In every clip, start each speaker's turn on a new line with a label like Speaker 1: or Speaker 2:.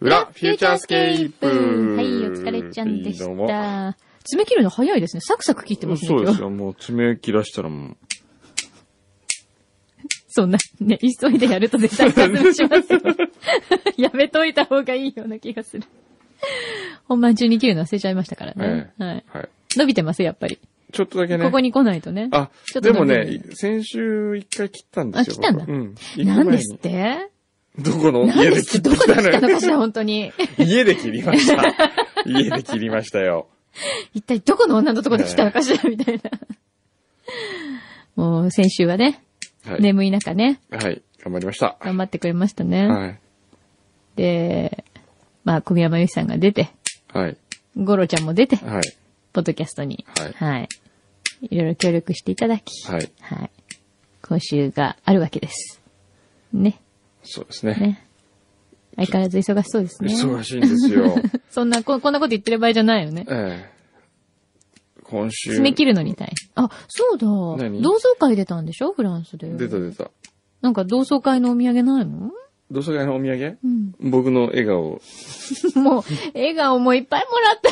Speaker 1: 裏、フューチャースケープ
Speaker 2: はい、お疲れちゃんでし
Speaker 1: どうも
Speaker 2: た。爪切るの早いですね。サクサク切ってますね、
Speaker 1: そう
Speaker 2: 今
Speaker 1: で
Speaker 2: 日
Speaker 1: す。よ。もう爪切らしたらもう。
Speaker 2: そんな、ね、急いでやると絶対脱し ますよ。やめといた方がいいような気がする。本番中に切るの忘れちゃいましたからね。はい。
Speaker 1: はい。
Speaker 2: 伸びてます、やっぱり。
Speaker 1: ちょっとだけね。
Speaker 2: ここに来ないとね。
Speaker 1: あ
Speaker 2: ちょ、っ
Speaker 1: で
Speaker 2: と伸び
Speaker 1: も
Speaker 2: る
Speaker 1: ね、先週一回切ったんですよ。
Speaker 2: あ切ったんだ
Speaker 1: 僕うん。一個
Speaker 2: 何
Speaker 1: 前
Speaker 2: で
Speaker 1: に
Speaker 2: すって
Speaker 1: どこの
Speaker 2: 何
Speaker 1: 家
Speaker 2: で
Speaker 1: です切
Speaker 2: っ
Speaker 1: って
Speaker 2: て
Speaker 1: き
Speaker 2: ど
Speaker 1: た
Speaker 2: こで来た
Speaker 1: の
Speaker 2: の
Speaker 1: よ
Speaker 2: かしら、本 当に。
Speaker 1: 家で切りました。 家で切りましたよ。
Speaker 2: 一体どこの女のとこで来たのかしら、みたいな。もう、先週はね、
Speaker 1: はい。
Speaker 2: 眠い中ね、
Speaker 1: はい。頑張りました。
Speaker 2: 頑張ってくれましたね。
Speaker 1: はい。
Speaker 2: で、まあ、小宮山由紀さんが出て、
Speaker 1: はい。
Speaker 2: ゴロちゃんも出て、
Speaker 1: はい。
Speaker 2: ポッドキャストに、
Speaker 1: はい
Speaker 2: はい。いろいろ協力していただき、
Speaker 1: はい。
Speaker 2: はい。今週があるわけです。ね、
Speaker 1: そうですね。
Speaker 2: ね。相変わらず忙しそうですね。
Speaker 1: 忙しいんですよ。
Speaker 2: そんなこ、こんなこと言ってる場合じゃないよね。
Speaker 1: ええ。今週。
Speaker 2: 爪切るのに対して。あ、そうだ。
Speaker 1: 何
Speaker 2: 同窓会出たんでしょフランスで。
Speaker 1: 出た出た。
Speaker 2: なんか同窓会のお土産ないの
Speaker 1: 同窓会のお土産
Speaker 2: うん。
Speaker 1: 僕の笑顔、
Speaker 2: もう、笑顔もいっぱいもらった。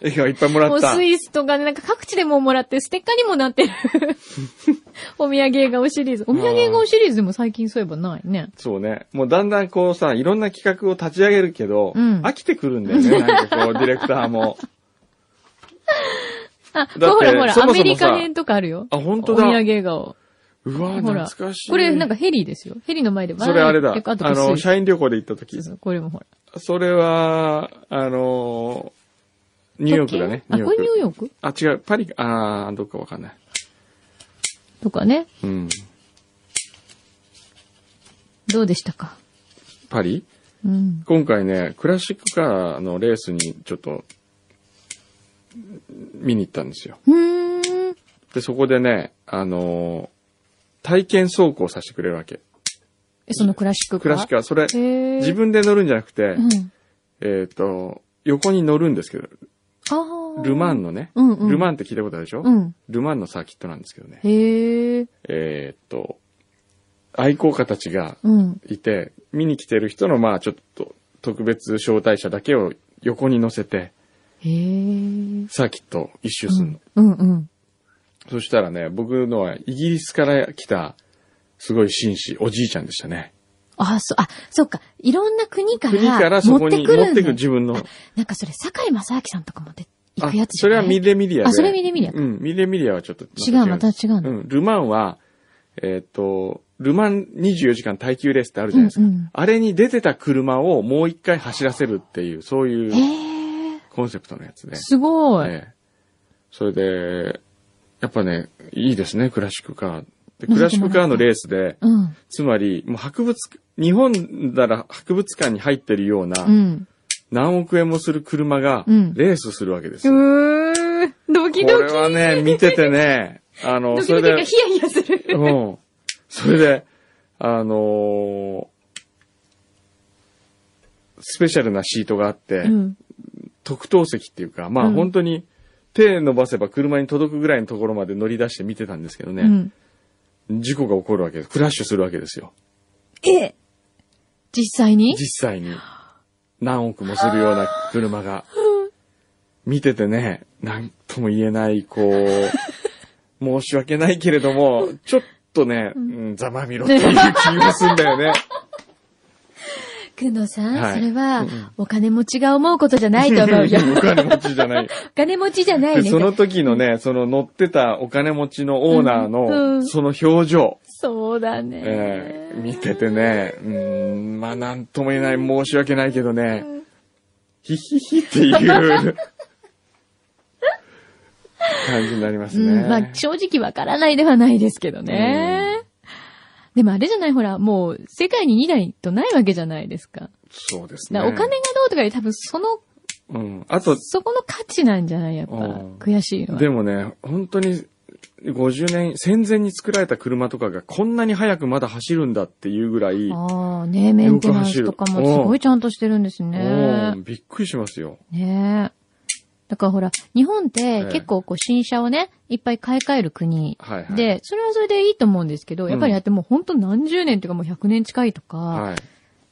Speaker 1: 笑顔いっぱいもら
Speaker 2: も
Speaker 1: っ
Speaker 2: う
Speaker 1: た。
Speaker 2: スイスとかね、なんか各地でもうもらって、ステッカーにも なってる。お土産笑顔シリーズ。お土産笑顔シリーズでも最近そういえばないね。
Speaker 1: そうね。もうだんだんこうさ、いろんな企画を立ち上げるけど、
Speaker 2: うん
Speaker 1: 飽きてくるんだよね。なんかこ う、ディレクターも。
Speaker 2: あ、
Speaker 1: だって
Speaker 2: ほらほら、
Speaker 1: そもそもさ
Speaker 2: アメリカ編とかあるよ。
Speaker 1: あ、本当
Speaker 2: お土
Speaker 1: だ。
Speaker 2: 産笑顔。
Speaker 1: うわ
Speaker 2: ほ
Speaker 1: 懐
Speaker 2: ら。
Speaker 1: かしい。
Speaker 2: これなんか、ヘリですよ。ヘリの前で
Speaker 1: それあれだ。
Speaker 2: あ
Speaker 1: あの、社員旅行で行った時
Speaker 2: そう。そうこれもほら。
Speaker 1: それは、あの、ニューヨークだね。
Speaker 2: あ、これニ
Speaker 1: ー
Speaker 2: ュー
Speaker 1: ク。
Speaker 2: ヨーク
Speaker 1: あ、違う、パリか、あー、どっかわかんない。
Speaker 2: とかね。
Speaker 1: うん。
Speaker 2: どうでしたか
Speaker 1: パリ
Speaker 2: うん。
Speaker 1: 今回ね、クラシックカーのレースにちょっと、見に行ったんですよ。
Speaker 2: うーん。
Speaker 1: で、そこでね、あのー体験走行させてくれるわけ。
Speaker 2: え、そのクラシックか
Speaker 1: クラシックは、それ、
Speaker 2: へー
Speaker 1: 自分で乗るんじゃなくて、
Speaker 2: うん。
Speaker 1: えっ、と、横に乗るんですけど、
Speaker 2: ああ。
Speaker 1: ルマ
Speaker 2: ン。
Speaker 1: ンのね、
Speaker 2: うんうん
Speaker 1: ルマンって聞いたことあるでしょ、
Speaker 2: うん。
Speaker 1: ルマンのサーキットなんですけどね。
Speaker 2: へえ。
Speaker 1: えっ、と、愛好家たちが
Speaker 2: うん。
Speaker 1: いて、見に来てる人の、まあちょっと特別招待者だけを横に乗せて、
Speaker 2: へえ。
Speaker 1: サーキットを一周するの。
Speaker 2: うんうん。
Speaker 1: そしたらね、僕のはイギリスから来た、すごい紳士、おじいちゃんでしたね。
Speaker 2: あ、そう、あ、そうか。いろんな国から
Speaker 1: 国からそ
Speaker 2: 持
Speaker 1: こ
Speaker 2: っ
Speaker 1: に
Speaker 2: て
Speaker 1: 持
Speaker 2: くる
Speaker 1: っ
Speaker 2: ん
Speaker 1: て
Speaker 2: だ
Speaker 1: く自分の。
Speaker 2: なんかそれ、坂井正明さんとかもで行
Speaker 1: あ
Speaker 2: くや、つじ
Speaker 1: そ
Speaker 2: ゃ
Speaker 1: れ
Speaker 2: ない
Speaker 1: はミレミリアで。
Speaker 2: あそれはミレミリアか
Speaker 1: うん、ミレミリアはちょっと
Speaker 2: 違う、また違う
Speaker 1: う
Speaker 2: の。
Speaker 1: ん、ルマンは、えーっと、ルマン24時間耐久レースってあるじゃないですか。
Speaker 2: うんうん
Speaker 1: あれに出てた車をもう一回走らせるっていう、そういう
Speaker 2: へえ、
Speaker 1: コンセプトのやつで。
Speaker 2: すごい。
Speaker 1: ええそれで、やっぱね、いいですね、クラシックカー。でクラシックカーのレースで、
Speaker 2: うん。
Speaker 1: つまり、もう博物、日本なら博物館に入ってるような
Speaker 2: う、ん。
Speaker 1: 何億円もする車が、
Speaker 2: うん
Speaker 1: レースするわけですよ。
Speaker 2: うー、ドキ
Speaker 1: こ
Speaker 2: ド
Speaker 1: れ
Speaker 2: キ。
Speaker 1: はね、見ててね、 あの、
Speaker 2: ドキ
Speaker 1: そ
Speaker 2: ド
Speaker 1: れ
Speaker 2: キが
Speaker 1: で、
Speaker 2: ヒヤヒヤする。
Speaker 1: うん。それで、あのースペシャルなシートがあって、
Speaker 2: うん。
Speaker 1: 特等席っていうか、まあ
Speaker 2: うん
Speaker 1: 本当に手伸ばせば車に届くぐらいのところまで乗り出して見てたんですけど
Speaker 2: う
Speaker 1: ね、
Speaker 2: ん。
Speaker 1: 事故が起こるわけです。クラッシュするわけですよ。
Speaker 2: え実際に
Speaker 1: 実際に。何億もするような車が。見ててね、なんとも言えない、こ う、申し訳ないけれども、ちょっとね、うんざまみろっていう気がするんだよ ね。
Speaker 2: くのさん、
Speaker 1: はい
Speaker 2: それ
Speaker 1: う
Speaker 2: は
Speaker 1: ん、
Speaker 2: お金持ちが思うことじゃないと思うよ。
Speaker 1: お金持ちじゃない。
Speaker 2: お金持ちじゃな
Speaker 1: で
Speaker 2: いね。
Speaker 1: その時のね、その乗ってたお金持ちのオーナー
Speaker 2: うんう
Speaker 1: の、
Speaker 2: ん
Speaker 1: その表情、
Speaker 2: そうだね。
Speaker 1: えー見ててね、うーん、まあなんとも言えない、申し訳ないけどね、ヒヒヒっていう感じになります
Speaker 2: うん、まあ
Speaker 1: ね。
Speaker 2: 正直わからないではないですけどね。でもあれじゃないほら、もう世界に2台とないわけじゃないですか。
Speaker 1: そうですね。
Speaker 2: だからお金がどうとかより多分その、
Speaker 1: うん。あと、
Speaker 2: そこの価値なんじゃないやっぱ
Speaker 1: うん。
Speaker 2: 悔しいのは。
Speaker 1: でもね、本当に、50年、戦前に作られた車とかがこんなに早くまだ走るんだっていうぐらい、
Speaker 2: ああ、ねメンテナンスとかもす
Speaker 1: よく走
Speaker 2: ご
Speaker 1: る
Speaker 2: いちゃんとしてるんですね
Speaker 1: うん。びっくりしますよ。
Speaker 2: ねえ。だからほら、日本って
Speaker 1: ええ
Speaker 2: 結構こう新車をね、いっぱい買い替える国
Speaker 1: はいはい。、
Speaker 2: で、それはそれでいいと思うんですけど、やっぱりやってもう本当何十年というかもう100年近いとか、
Speaker 1: はい。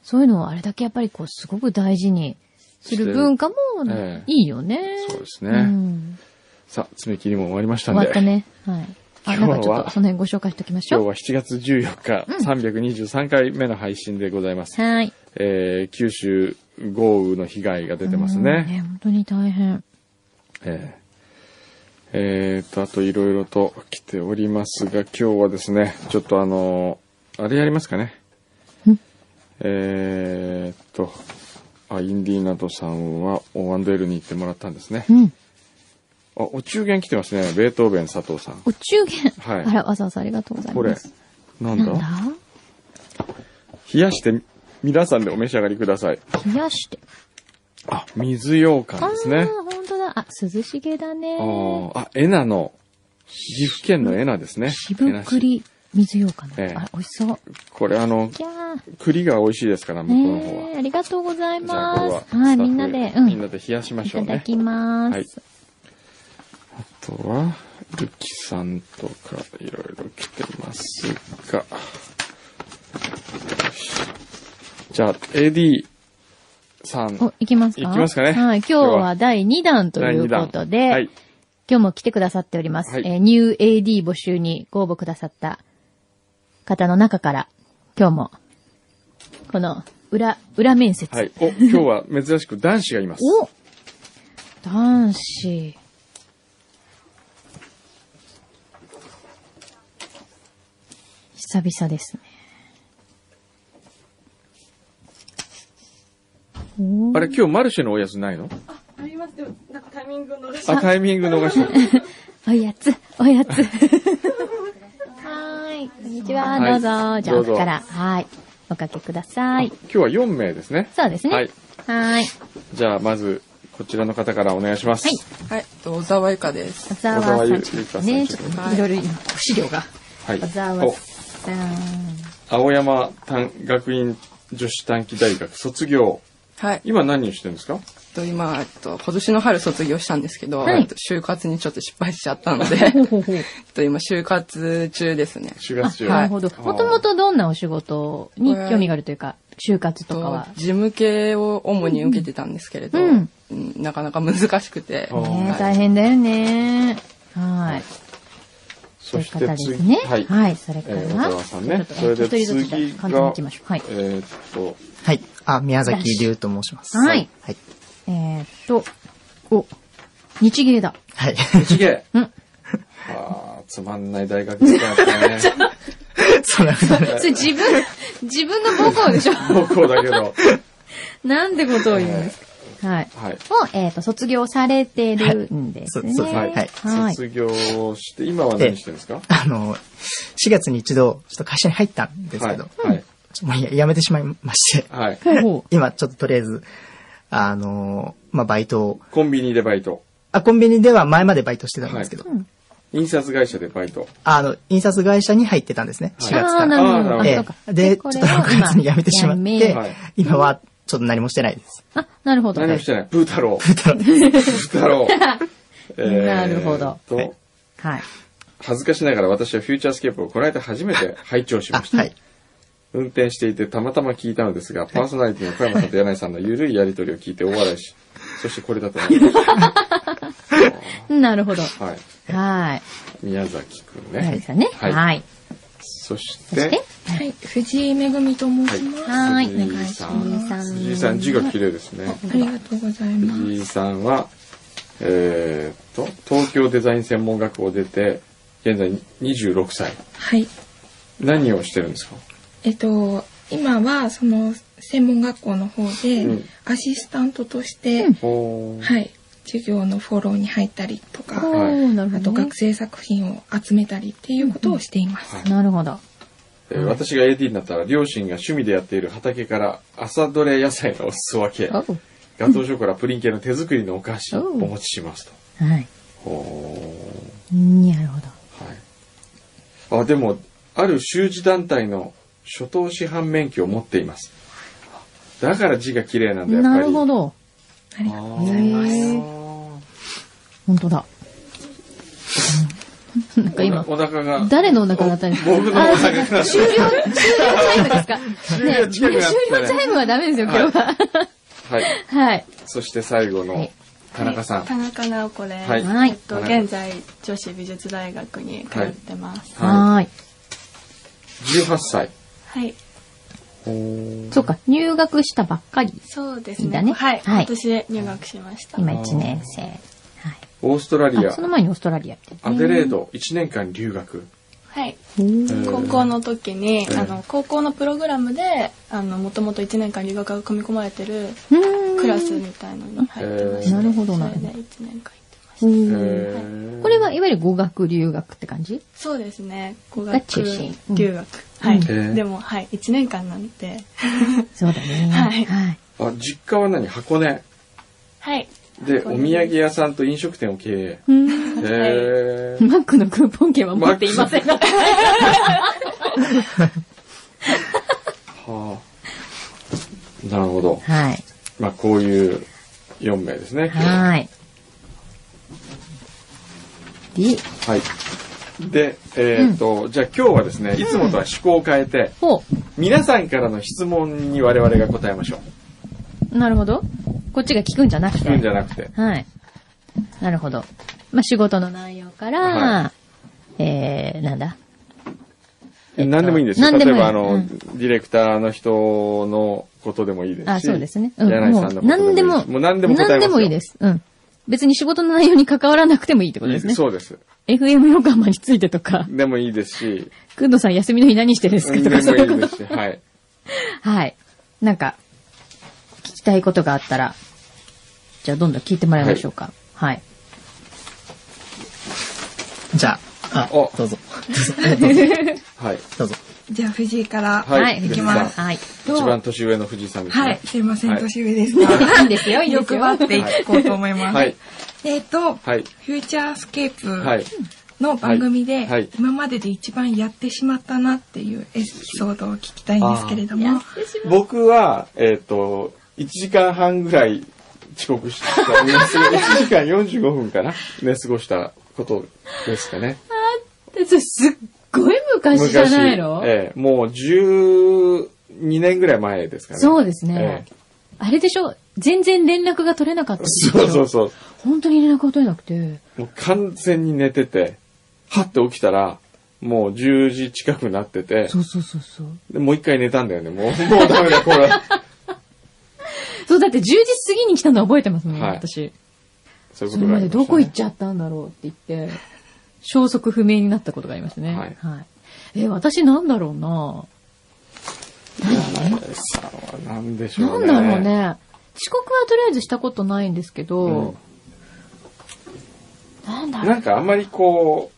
Speaker 2: そういうのをあれだけやっぱりこうすごく大事にする文化も
Speaker 1: ええ
Speaker 2: いいよね。
Speaker 1: そうですね。
Speaker 2: うん
Speaker 1: さあ、爪切りも終わりました
Speaker 2: 終
Speaker 1: ん
Speaker 2: わ
Speaker 1: で。
Speaker 2: ったね。はい。あ、
Speaker 1: 今
Speaker 2: な
Speaker 1: 日
Speaker 2: ん
Speaker 1: は
Speaker 2: かちょっとその辺ご紹介しておきまし
Speaker 1: 今日
Speaker 2: ょう。
Speaker 1: は7月14日、323回目の配信でございます。
Speaker 2: はい。
Speaker 1: えー、九州豪雨の被害が出てます
Speaker 2: うん
Speaker 1: ね。
Speaker 2: ね本当に大変。
Speaker 1: えーえーと、あといろいろと来ておりますが、今日はですね、ちょっとあのーあれやりますかね
Speaker 2: ん。
Speaker 1: えーと、あ、インディーナドさんは O&L に行ってもらったんですね
Speaker 2: う。ん。
Speaker 1: あ、お中元来てますね。ベートーベン佐藤さん。
Speaker 2: お中元。
Speaker 1: はい
Speaker 2: あら、わざわざありがとうござい
Speaker 1: これ
Speaker 2: ます。、
Speaker 1: なん
Speaker 2: な
Speaker 1: だ
Speaker 2: んだ
Speaker 1: 冷やして皆さんでお召し上がりください。
Speaker 2: 冷やして。
Speaker 1: あ、水羊
Speaker 2: あ
Speaker 1: 羹です
Speaker 2: ー、
Speaker 1: ね。
Speaker 2: 本当だ。あ、涼しげだ
Speaker 1: あ
Speaker 2: ね。
Speaker 1: ーあ、エナの、岐阜県のエナですね。
Speaker 2: 渋
Speaker 1: エナ市
Speaker 2: 栗水羊羹だ
Speaker 1: ええ
Speaker 2: あら、美味しそう。
Speaker 1: これあの、
Speaker 2: いやー。
Speaker 1: 栗が美味しいですから、向こうの方は。
Speaker 2: ねえ、ありがとうござい
Speaker 1: じゃあ、これは
Speaker 2: ま
Speaker 1: ス
Speaker 2: す。
Speaker 1: タッフ、
Speaker 2: はい、みんなで、う
Speaker 1: みん
Speaker 2: ん。
Speaker 1: なで冷やしま
Speaker 2: い
Speaker 1: しょう
Speaker 2: ただ
Speaker 1: ね。
Speaker 2: きま
Speaker 1: はい
Speaker 2: す。
Speaker 1: あとは、ルキさんとか、いろいろ来てますが。よしじゃあ、AD さん。
Speaker 2: お、いきますか
Speaker 1: いきますかね
Speaker 2: はい、今日
Speaker 1: 今日
Speaker 2: は
Speaker 1: は
Speaker 2: 第2弾と
Speaker 1: 第
Speaker 2: い
Speaker 1: 二
Speaker 2: う
Speaker 1: 弾
Speaker 2: ことで、
Speaker 1: はい。
Speaker 2: 今日も来てくださっております。
Speaker 1: はい
Speaker 2: えーニュー AD 募集にご応募くださった方の中から、今日も、この、裏、裏面接。
Speaker 1: はい。お、今日は珍しく男子がいます。
Speaker 2: お男子。久々ですね。おー
Speaker 1: あれ、今日マルシェのおやつないの
Speaker 3: ありますでもなんかタイミングを逃し
Speaker 1: あ、タイミング逃した。
Speaker 2: おやつ、おやつ。はーい。こんにちは。
Speaker 1: はい
Speaker 2: どうぞ。じゃあ、
Speaker 1: どうぞ
Speaker 2: 奥から。はい。おかけください。
Speaker 1: 今日は4名ですね。
Speaker 2: そうですね。
Speaker 1: は
Speaker 2: はいい。はい。
Speaker 1: じゃあ、まず、こちらの方からお願いします。
Speaker 2: はい
Speaker 3: はい、えっと小沢由香です。
Speaker 2: 小沢
Speaker 1: 小沢ゆゆ
Speaker 2: さ
Speaker 1: か
Speaker 2: ん。ね、ち
Speaker 1: さ
Speaker 2: ょ
Speaker 1: ん
Speaker 2: っといろいろ今、資料が。
Speaker 1: はい。
Speaker 2: 小沢
Speaker 1: お
Speaker 2: さん。
Speaker 1: 青山短学院女子短期大学卒業。
Speaker 3: はい、えっ
Speaker 1: 今何をしてるんですか
Speaker 3: と今えっと今年の春卒業したんですけど、
Speaker 2: はい
Speaker 3: えっと就活にちょっと失敗しちゃったので、え
Speaker 2: ほうほうほう。
Speaker 3: っと今就活中ですね。
Speaker 1: ?4 月中。
Speaker 3: はい
Speaker 2: なるほど。もともとどんなお仕事に興味があるというか、就活
Speaker 3: えっ
Speaker 2: とか
Speaker 3: と
Speaker 2: は。
Speaker 3: 事務系を主に受けてたんですけれど、
Speaker 2: うん
Speaker 3: うんなかなか難しくて、
Speaker 1: あー
Speaker 3: はい
Speaker 2: ね大変だよね。はい。と
Speaker 1: そ
Speaker 2: いう
Speaker 1: し
Speaker 2: 方
Speaker 1: て
Speaker 2: です
Speaker 1: 次、
Speaker 2: ね。
Speaker 1: はい。
Speaker 2: はい。それか
Speaker 1: え
Speaker 2: ら。
Speaker 1: ー小沢さんね
Speaker 2: ちょっ
Speaker 1: それ
Speaker 2: と
Speaker 1: で
Speaker 2: 一人ずつじゃあ
Speaker 1: 次が
Speaker 2: 簡単に行きましょう。はい。
Speaker 1: えーっと、
Speaker 4: はい。あ、宮崎龍と申します。
Speaker 2: はい
Speaker 4: はい。
Speaker 2: えーっと、お、日芸だ。
Speaker 4: はい。
Speaker 1: 日芸。
Speaker 2: うん
Speaker 1: あーつまんない大学ですからね。
Speaker 4: そんなことない。
Speaker 2: それ自分、 自分の母校でしょ
Speaker 1: 高校だけど。
Speaker 2: なんてことを言うんですか。はい。
Speaker 1: はい。
Speaker 2: を、えーっと、卒業されてるんです
Speaker 4: そ
Speaker 2: ね。
Speaker 4: そうです
Speaker 1: は
Speaker 4: はいい。
Speaker 2: はい
Speaker 1: 卒業して、今は何してるんですか
Speaker 4: あの、4月に一度、ちょっと会社に入ったんです
Speaker 1: は
Speaker 4: け
Speaker 1: い。
Speaker 4: ど、
Speaker 1: はい。
Speaker 4: ちょもうや辞めてしまいまして、
Speaker 1: はい。
Speaker 2: ほうほ
Speaker 4: 今ちょっととりあえず、あの、まあ、バイトを、
Speaker 1: コンビニでバイト。
Speaker 4: あ、コンビニでは前までバイトしてたんですけど、
Speaker 2: いうん
Speaker 1: 印刷会社でバイト。
Speaker 4: あの、印刷会社に入ってたんですね、
Speaker 1: はい
Speaker 4: 4
Speaker 2: う。
Speaker 4: 月
Speaker 2: ああ、
Speaker 4: か
Speaker 2: な
Speaker 4: ら。
Speaker 2: るほど。
Speaker 1: あ
Speaker 2: あ、
Speaker 1: ー
Speaker 4: え
Speaker 2: そ
Speaker 4: え
Speaker 2: うか。
Speaker 4: で、ちょ
Speaker 2: こ
Speaker 4: っと
Speaker 2: れを
Speaker 4: 6月に辞めてしまっ
Speaker 2: 今
Speaker 4: て、
Speaker 1: はい
Speaker 4: 今はちょっと何もしてな いです。
Speaker 2: あ、なるほど。
Speaker 1: 何もしてない。プー 太郎。プ
Speaker 4: 太郎
Speaker 1: ー太郎。えー
Speaker 2: なるほど
Speaker 1: と、
Speaker 2: はい。
Speaker 1: 恥ずかしながら私はフューチャースケープをこの間初 めて拝聴し
Speaker 4: あ、
Speaker 1: ました。
Speaker 4: はい。
Speaker 1: 運転していてたまたま聞いたのですが、パーソナリティの小山さんと柳井さんの緩いやりとりを聞いて大笑い し、そしてこれだと思いまし
Speaker 2: なるほど。
Speaker 1: た。はい。
Speaker 2: はい。
Speaker 1: 宮崎くんね。
Speaker 2: そうですよね。
Speaker 1: はい
Speaker 2: はい。
Speaker 1: そし
Speaker 2: そしてて、、
Speaker 5: はい、藤井めぐみと申します。
Speaker 2: はい
Speaker 1: 藤井さ
Speaker 5: お願い
Speaker 1: ん。
Speaker 5: し
Speaker 2: ます
Speaker 1: 藤井さん字が綺麗ですね。
Speaker 5: ありがとうございます。
Speaker 1: 藤井さんは、えー、と、東京デザイン専門学校を出て、現在26歳。
Speaker 5: はい、
Speaker 1: 何をしてるんですか
Speaker 5: えっと、今はその専門学校の方で、
Speaker 1: うん
Speaker 5: アシスタントとして、
Speaker 1: おー
Speaker 5: はい、授業のフォローに入ったりとか、
Speaker 2: おー、なるほ
Speaker 5: あと
Speaker 2: どね
Speaker 5: 学。生作品を集めたりっていうことをしています。
Speaker 2: なるほど。
Speaker 1: えー私が AD になったら、両親が趣味でやっている畑から朝どれ野菜のお裾分け、
Speaker 2: おう
Speaker 1: ガトーショコラプリン系の手作りのお菓子を
Speaker 2: お
Speaker 1: お持ちします
Speaker 2: はい。
Speaker 1: と。お
Speaker 2: なるほど。
Speaker 1: ーはい。あ、でも、ある習字団体の初等師範免許を持っています。だから字が綺麗なんだ、やっぱり。
Speaker 2: なるほど。
Speaker 5: ありがとうございます。
Speaker 1: へー
Speaker 2: 本当だ。うん なんか今、
Speaker 1: お腹が。
Speaker 2: 誰のお腹が当たり
Speaker 1: 僕のお腹が
Speaker 2: あ終了、終了チャイムですか。
Speaker 1: 終了チャイム
Speaker 2: ね
Speaker 1: だったね
Speaker 2: 終了チャイムはダメですよ、今日は。
Speaker 1: はい。
Speaker 2: はい。
Speaker 1: そして最後の田中さん。
Speaker 6: 田中直子です。
Speaker 1: はい
Speaker 2: はい
Speaker 6: えっと
Speaker 1: はい
Speaker 6: 現在女子美術大学に通ってます。
Speaker 1: は
Speaker 2: はい。
Speaker 1: い。18歳。
Speaker 6: はい、
Speaker 2: そうか、入学したばっかり。
Speaker 6: そうです
Speaker 2: だ
Speaker 6: ね。
Speaker 2: ね
Speaker 6: はい、
Speaker 2: はい
Speaker 6: 今年で入学しました。
Speaker 2: 今1年生。
Speaker 1: オーストラリ
Speaker 2: あ、
Speaker 1: ア
Speaker 2: そ、の前にオーストラリアって。
Speaker 1: アデレード1年間留学。
Speaker 6: はい。
Speaker 2: うん
Speaker 6: 高校の時に、
Speaker 1: うん
Speaker 6: あの高校のプログラムで、あのもともと1年間留学が組み込まれてるクラスみたいなのに入ってました。
Speaker 2: なるほどな
Speaker 6: それで1年間行ってまし
Speaker 2: う
Speaker 6: た。
Speaker 1: へ
Speaker 2: ん
Speaker 1: ー
Speaker 2: これはいわゆる語学留学って感じ
Speaker 6: そうですね。語
Speaker 2: が
Speaker 6: 学
Speaker 2: 中心うん
Speaker 6: 留学。はい。
Speaker 1: ー
Speaker 6: でもはい1年間なんで、
Speaker 2: そうだね。
Speaker 6: はい
Speaker 2: はい。
Speaker 1: あ、実家は何箱根。
Speaker 6: はい。
Speaker 1: で、お
Speaker 6: 箱
Speaker 1: 土
Speaker 6: 根
Speaker 1: 産屋さんと飲食店を経営。
Speaker 2: うん
Speaker 1: へー
Speaker 2: マックのクーポン券は持っていませんが。
Speaker 1: はあ。なるほど。
Speaker 2: はい。
Speaker 1: まあ、こういう4名ですね。は
Speaker 2: はい。で、
Speaker 1: い。で、えっ、と、じゃあ今日はですね、いつもとは趣向を変えて、
Speaker 2: ほ
Speaker 1: 皆さんからの質問に我々が答えましょう。
Speaker 2: う。なるほど。こっちが聞くんじゃなくて。
Speaker 1: 聞くんじゃなくて。
Speaker 2: はい。なるほど。まあ、仕事の内容から、
Speaker 1: は
Speaker 2: えー、なんだ。えっと
Speaker 1: 何でもいいんですよ。
Speaker 2: 何で
Speaker 1: 例
Speaker 2: も
Speaker 1: え
Speaker 2: いい
Speaker 1: ば、あの、
Speaker 2: うん
Speaker 1: ディレクターの人のことでもいいですし。
Speaker 2: あ、そうですね。うん。
Speaker 1: 柳井
Speaker 2: も
Speaker 1: さんのこ
Speaker 2: う、
Speaker 1: と
Speaker 2: 何でも、
Speaker 1: もう何でも答えますよ。
Speaker 2: 何でもいいです。うん。別に仕事の内容に関わらなくてもいいってことです ね。
Speaker 1: そうです。
Speaker 2: FM 横浜についてとか、
Speaker 1: でもいいです し、
Speaker 2: くんどさん休みの日何してるんですか
Speaker 1: 何
Speaker 2: とか、そう
Speaker 1: で
Speaker 2: い
Speaker 1: もいうい
Speaker 2: こ
Speaker 1: ですし、
Speaker 2: と。
Speaker 1: はい。
Speaker 2: はい。なんか、聞きたいことがあったら、じゃあどんどん聞いてもらいましょうか。はい。
Speaker 4: じゃあ、あ
Speaker 1: お、
Speaker 4: どうぞ。
Speaker 1: はい。
Speaker 4: どうぞ。
Speaker 5: じゃあ、藤井から。
Speaker 1: はい
Speaker 2: はい、
Speaker 1: 藤
Speaker 2: 藤
Speaker 1: 井
Speaker 2: 井
Speaker 1: さん
Speaker 2: さん。はい。
Speaker 5: どう
Speaker 1: 一番年上の藤井さんですね。
Speaker 5: はい、すいません、
Speaker 1: はい
Speaker 5: 年上ですが。
Speaker 2: いいんですよ、いいんです
Speaker 5: 欲
Speaker 2: よ。
Speaker 5: 張っていこうと思います。
Speaker 1: はい。
Speaker 5: えっと、
Speaker 1: はい。
Speaker 5: フューチャースケー
Speaker 1: は
Speaker 5: プ
Speaker 1: い。
Speaker 5: の番組
Speaker 1: はい
Speaker 5: で
Speaker 1: はい、
Speaker 5: 今までで一番やってしまったなっていうエピソードを聞きたいんですけれども、
Speaker 1: 僕は、えっ、と、1時間半ぐらい遅刻した、1時 間45分かな寝過ごしたことですかね。
Speaker 2: それすっごい昔じゃないの、
Speaker 1: ええもう12年ぐらい前ですかね。
Speaker 2: そうですね、
Speaker 1: え
Speaker 2: あれでしょ全然連絡が取れなかった
Speaker 1: え
Speaker 2: でしょ
Speaker 1: そうそうそう。
Speaker 2: 本当に連絡が取れなくて。
Speaker 1: もう完全に寝てて、はって起きたら、もう10時近くなってて、
Speaker 2: そうそうそうそう。
Speaker 1: でもう一回寝たんだよね。もう、 もうダメだ、これ。
Speaker 2: そう、だって10時過ぎに来たの覚えてますもん、ね
Speaker 1: はい
Speaker 2: 私。
Speaker 1: そういうこ
Speaker 2: そ
Speaker 1: とがあ
Speaker 2: れま
Speaker 1: りま
Speaker 2: で
Speaker 1: したね
Speaker 2: どこ行っちゃったんだろうって言って、消息不明になったことがありましたね。
Speaker 1: はい
Speaker 2: え、私なんだろうな
Speaker 1: えさあなんでしょ
Speaker 2: な
Speaker 1: うんね。
Speaker 2: だろうね。遅刻はとりあえずしたことないんですけど、なんだろう
Speaker 1: なんかあんまりこ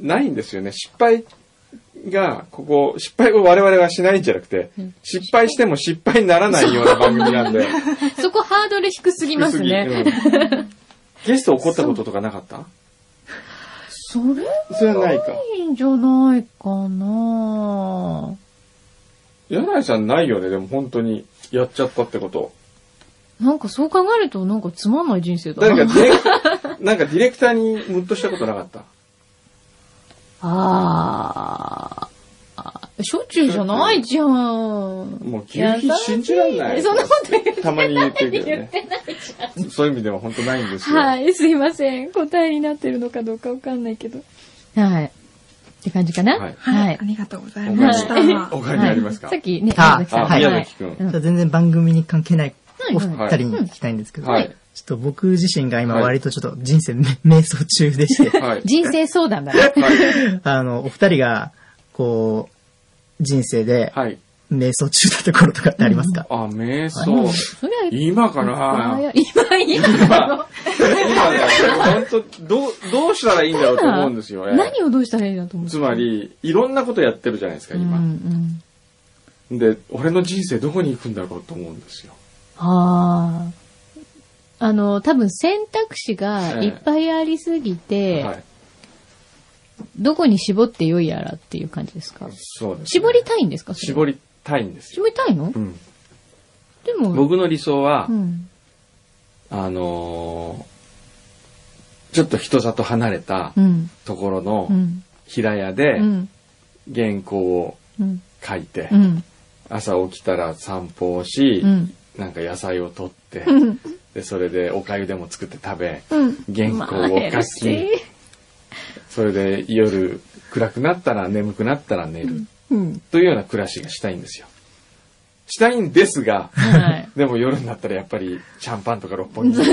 Speaker 1: う、ないんですよね。失敗が、ここ、失敗を我々はしないんじゃなくて、失敗しても失敗にならないような番組なん で。
Speaker 2: そこハードル低すぎますね。
Speaker 1: 低すぎうんゲスト怒ったこととかなかった
Speaker 2: それ
Speaker 1: それはないか。
Speaker 2: いいんじゃないかな
Speaker 1: 柳井さんないよね、でも本当に。やっちゃったってこと。
Speaker 2: なんかそう考えるとなんかつまんない人生だ
Speaker 1: なん
Speaker 2: な。
Speaker 1: か ディレク、なんかディレクターにムッとしたことなかった。
Speaker 2: あーあー。しょっちゅうじゃないじゃん。
Speaker 1: もう、牛皮信じられない。
Speaker 2: そんなこと言
Speaker 1: たまに言ってるけど
Speaker 2: 言っ
Speaker 1: ね。
Speaker 2: てないじゃん。
Speaker 1: そういう意味では本当ないんですよ。
Speaker 2: はい、すいません。答えになってるのかどうかわかんないけど。はい。って感じかな
Speaker 1: はい
Speaker 5: はい、ありがとうございました。
Speaker 1: 他にありますか、
Speaker 2: さっきね、宮
Speaker 4: あ
Speaker 2: 崎さん
Speaker 1: あ、
Speaker 4: はい
Speaker 1: 宮崎くん。
Speaker 4: じゃあ全然番組に関係ないお二人に聞きたいんですけど、
Speaker 1: はい
Speaker 4: ちょっと僕自身が今割とちょっと人生め 瞑想中でして、
Speaker 1: はい。
Speaker 2: 人生相談だね。
Speaker 1: はい。
Speaker 4: あの、お二人が、こう、人生で
Speaker 1: はい。
Speaker 4: 瞑想中だった頃とかってありますか、
Speaker 1: あ、瞑想。
Speaker 2: それは
Speaker 1: 今かな
Speaker 2: 今、今、
Speaker 1: 今、今ね、本当どう、どうしたらいいんだろうと思うんですよ。ね
Speaker 2: 何をどうしたらいいなと思って。
Speaker 1: つまり、いろんなことやってるじゃないですか、
Speaker 2: うんう
Speaker 1: 今。
Speaker 2: ん。
Speaker 1: で、俺の人生どこに行くんだろうと思うんですよ。
Speaker 2: ああ。あの、多分選択肢がいっぱいありすぎて、
Speaker 1: はい。
Speaker 2: どこに絞ってよいやらっていう感じですか
Speaker 1: そうですね、
Speaker 2: 絞りたいんですか
Speaker 1: 絞
Speaker 2: り。
Speaker 1: りたいんですよ。
Speaker 2: 絞りたいの
Speaker 1: うん。
Speaker 2: でも、
Speaker 1: 僕の理想は
Speaker 2: う、ん。
Speaker 1: あのーちょっと人里離れた
Speaker 2: うん。
Speaker 1: ところの
Speaker 2: うん。
Speaker 1: 平屋
Speaker 2: う
Speaker 1: で
Speaker 2: ん。
Speaker 1: 原稿を
Speaker 2: うん。
Speaker 1: 書いて
Speaker 2: う、ん。
Speaker 1: 朝起きたら散歩をし
Speaker 2: う、ん。
Speaker 1: なんか野菜を取って、
Speaker 2: うん。
Speaker 1: で、それでお粥でも作って食べ、
Speaker 2: うん。
Speaker 1: 原稿を書き、それで夜暗くなったら眠くなったら寝る、
Speaker 2: うん。
Speaker 1: というような暮らしがしたいんですよ。したいんですが、
Speaker 2: はい。
Speaker 1: でも夜になったらやっぱりシャンパンとか六本木 とか。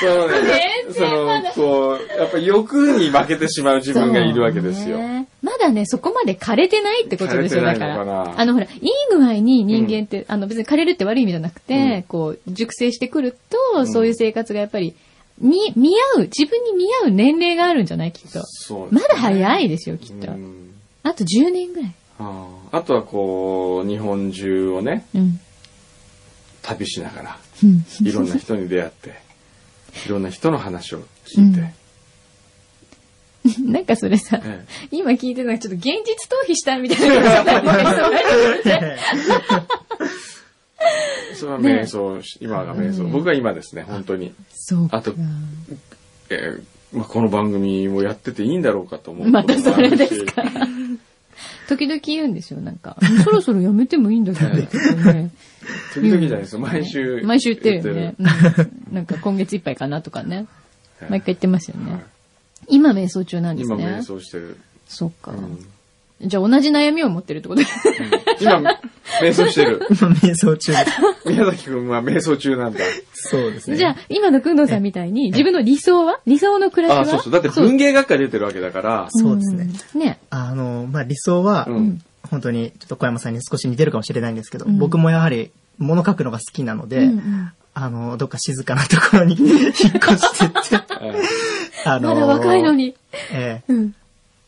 Speaker 1: そうね。その、こう、やっぱ欲に負けてしまう自分がいるわけですよ。
Speaker 2: そうねまだね、そこまで枯れてないってことですよ、
Speaker 1: 枯れ
Speaker 2: だ
Speaker 1: て
Speaker 2: か。
Speaker 1: ないのから
Speaker 2: あの、ほら、いい具合に人間って、あの、別に枯れるって悪い意味じゃなくて、
Speaker 1: うん
Speaker 2: こう、熟成してくると、
Speaker 1: ん
Speaker 2: そういう生活がやっぱり、に、見合う、自分に見合う年齢があるんじゃないきっと。
Speaker 1: そう
Speaker 2: ま
Speaker 1: ですね
Speaker 2: だ早いですよ、きっと
Speaker 1: う。ん
Speaker 2: あと10年ぐらい。
Speaker 1: あーあとはこう、日本中をね、
Speaker 2: うん。
Speaker 1: 旅しながら、
Speaker 2: うん。
Speaker 1: いろんな人に出会って、いろんな人の話を聞いて、
Speaker 2: うんなんかそれさ、
Speaker 1: え
Speaker 2: 今聞いてるのがちょっと現実逃避したみたいな感じになりそう
Speaker 1: えそれは
Speaker 2: ね
Speaker 1: 瞑想し、今が瞑想。
Speaker 2: うん
Speaker 1: 僕は今ですね、本当に。
Speaker 2: そうか。
Speaker 1: あとえーまあ、この番組をやってていいんだろうかと思う
Speaker 2: ま
Speaker 1: こと
Speaker 2: た
Speaker 1: も
Speaker 2: そ
Speaker 1: あ
Speaker 2: れ
Speaker 1: るし。
Speaker 2: ですか。時々言うんですよ、なんか。そろそろやめてもいいんだけど
Speaker 1: ね
Speaker 2: ね。
Speaker 1: 時々じゃないですよ。毎週。
Speaker 2: 毎週言ってるよ
Speaker 1: 言っ
Speaker 2: ね
Speaker 1: て。
Speaker 2: うんなんか今月いっぱいかなと かね。
Speaker 1: る。
Speaker 2: 毎回言ってますよ
Speaker 1: はい
Speaker 2: ね。今瞑想中なんです
Speaker 1: 今
Speaker 2: ね
Speaker 1: 瞑。想してる。
Speaker 2: そうか
Speaker 1: う。ん
Speaker 2: じゃあ同じ悩みを持ってるってことで
Speaker 1: 今、瞑想してる。
Speaker 4: 今、瞑想中です。
Speaker 1: 宮崎くんは瞑想中なんだ。
Speaker 4: そうですね。
Speaker 2: じゃあ、今のくんどうさんみたいに、自分の理想は 理想の暮らしは
Speaker 1: あ、そうそう。だって文芸学科出てるわけだ から、
Speaker 4: そうですね。
Speaker 2: うんね。
Speaker 4: あの、まあ、理想は、
Speaker 1: うん
Speaker 4: 本当に、ちょっと小山さんに少し似てるかもしれないんですけど、
Speaker 2: うん
Speaker 4: 僕もやはり、物書くのが好きなので、
Speaker 2: うんうん
Speaker 4: あの、どっか静かなところに 引っ越してって、
Speaker 1: え
Speaker 4: あの、
Speaker 2: まだ若いのに。
Speaker 4: え
Speaker 2: うん。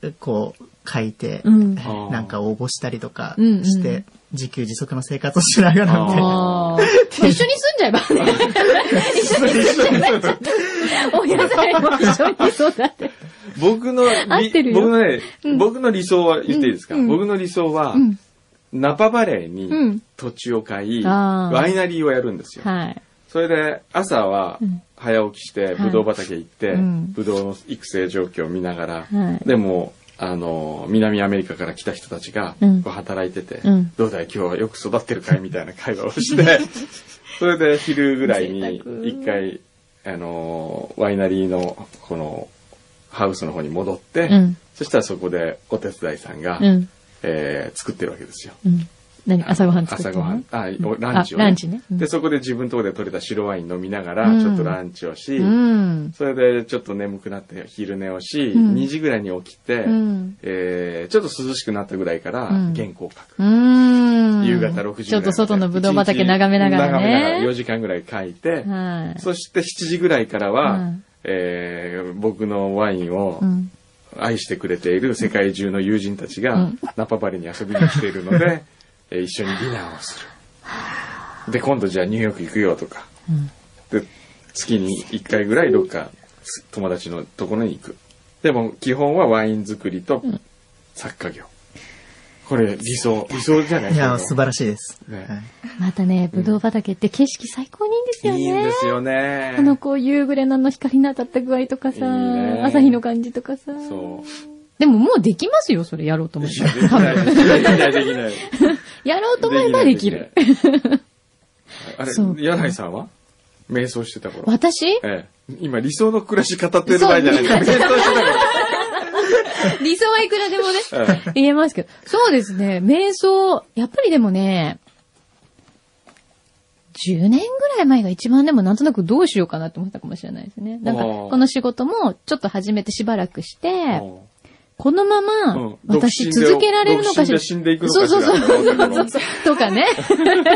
Speaker 4: えこう、書いて、
Speaker 2: うん
Speaker 4: ええなんか応募したりとか
Speaker 2: うんうん
Speaker 4: して、自給自足の生活をしながらみたいな。
Speaker 2: ああ。もう一緒に住んじゃ えばね。一緒に住んじゃえばちょっと。お野菜も一緒 に育てて。
Speaker 1: え僕の
Speaker 2: 合ってる
Speaker 1: り、
Speaker 2: よ
Speaker 1: 僕のね
Speaker 2: うん、
Speaker 1: 僕の理想は言っていいですか
Speaker 2: うん
Speaker 1: 僕の理想は
Speaker 2: う、ん。
Speaker 1: ナパバレー
Speaker 2: う
Speaker 1: に
Speaker 2: ん
Speaker 1: 土地を買い、
Speaker 2: あー
Speaker 1: ワイナリーをやるんですよ。
Speaker 2: はい。
Speaker 1: それで、朝は
Speaker 2: うん
Speaker 1: 早起きして、
Speaker 2: はい
Speaker 1: ぶどう畑行って
Speaker 2: うん、
Speaker 1: ぶどうの育成状況を見ながら、
Speaker 2: はい
Speaker 1: でも、あの、南アメリカから来た人たちが
Speaker 2: うん
Speaker 1: こう働いてて、
Speaker 2: うん
Speaker 1: どうだい今日はよく育ってるかいみたいな会話を して、それで昼ぐらいに一回、あの、ワイナリーのこのハウスの方に戻って、
Speaker 2: うん
Speaker 1: そしたらそこでお手伝いさんが、
Speaker 2: うん。
Speaker 1: えー作ってるわけですよ。
Speaker 2: うん。何朝ごはん作って
Speaker 1: 朝ごはん。あ、おランチを、
Speaker 2: あランチねうん
Speaker 1: で、そこで自分のとこで取れた白ワイン飲みなが
Speaker 2: うん
Speaker 1: ら、ちょっとランチをし、
Speaker 2: うん。
Speaker 1: それでちょっと眠くなって昼寝をし、
Speaker 2: ん
Speaker 1: 2時ぐらいに起きて、
Speaker 2: うん
Speaker 1: えーちょっと涼しくなったぐらいから
Speaker 2: うん
Speaker 1: 原稿を書く。
Speaker 2: うん。
Speaker 1: 夕方6時ぐらいまで。
Speaker 2: ちょっと外のブドウ畑
Speaker 1: 一日
Speaker 2: 眺めながら
Speaker 1: 眺めながら4
Speaker 2: ね。
Speaker 1: 時間ぐらい書いて、
Speaker 2: はい。
Speaker 1: そして7時ぐらいからは、
Speaker 2: うん
Speaker 1: えー僕のワインを、
Speaker 2: うん。
Speaker 1: 愛してくれている世界中の友人たち
Speaker 2: う
Speaker 1: が
Speaker 2: ん
Speaker 1: ナパバリに遊びに来ているの で、えー一緒にディナーをする。で、今度じゃあニューヨーク行くよとか。で、月に1回ぐらいどっかつ友達のところに行く。でも基本はワイン作りと作家業。これ理想、理想じゃない
Speaker 4: いや、素
Speaker 1: ら
Speaker 4: 晴らしいです。
Speaker 1: ね
Speaker 4: はい
Speaker 2: またね、ぶどう畑って景色最高にいいんですよ
Speaker 1: いいん
Speaker 2: ね
Speaker 1: で。すよね
Speaker 2: あ。の、こう、夕暮れのあの光の当たった具合とか
Speaker 1: いい
Speaker 2: さ、
Speaker 1: ね
Speaker 2: 朝日の感じとかさ。
Speaker 1: そう。
Speaker 2: でももうできますよ、それやろうと思
Speaker 1: い
Speaker 2: え
Speaker 1: や
Speaker 2: ば。
Speaker 1: できない、できない、できない。
Speaker 2: やろうと思えばできる。
Speaker 1: できない。できないあれ、
Speaker 2: そうか
Speaker 1: 柳井さんは瞑想してた頃。
Speaker 2: 私
Speaker 1: ええ、今理想の暮らし語ってる場合じゃないです。瞑想してた
Speaker 2: 理想はいくら でもね、
Speaker 1: 頃。え
Speaker 2: 言えますけど。そうですね、瞑想、やっぱりでもね、10年ぐらい前が一番でもなんとなくどうしようかなって思ったかもしれないですね。なんか、
Speaker 1: あー
Speaker 2: この仕事もちょっと始めてしばらくし
Speaker 1: え
Speaker 2: て、
Speaker 1: も
Speaker 2: このま
Speaker 1: う
Speaker 2: ま
Speaker 1: ん、
Speaker 2: 私
Speaker 1: 独身で
Speaker 2: 続けられるのかし
Speaker 1: 独身で
Speaker 2: ら。
Speaker 1: 死んでいくのかしら
Speaker 2: そうそうそう
Speaker 1: と思
Speaker 2: そ
Speaker 1: っ
Speaker 2: う
Speaker 1: た
Speaker 2: そう。とかね。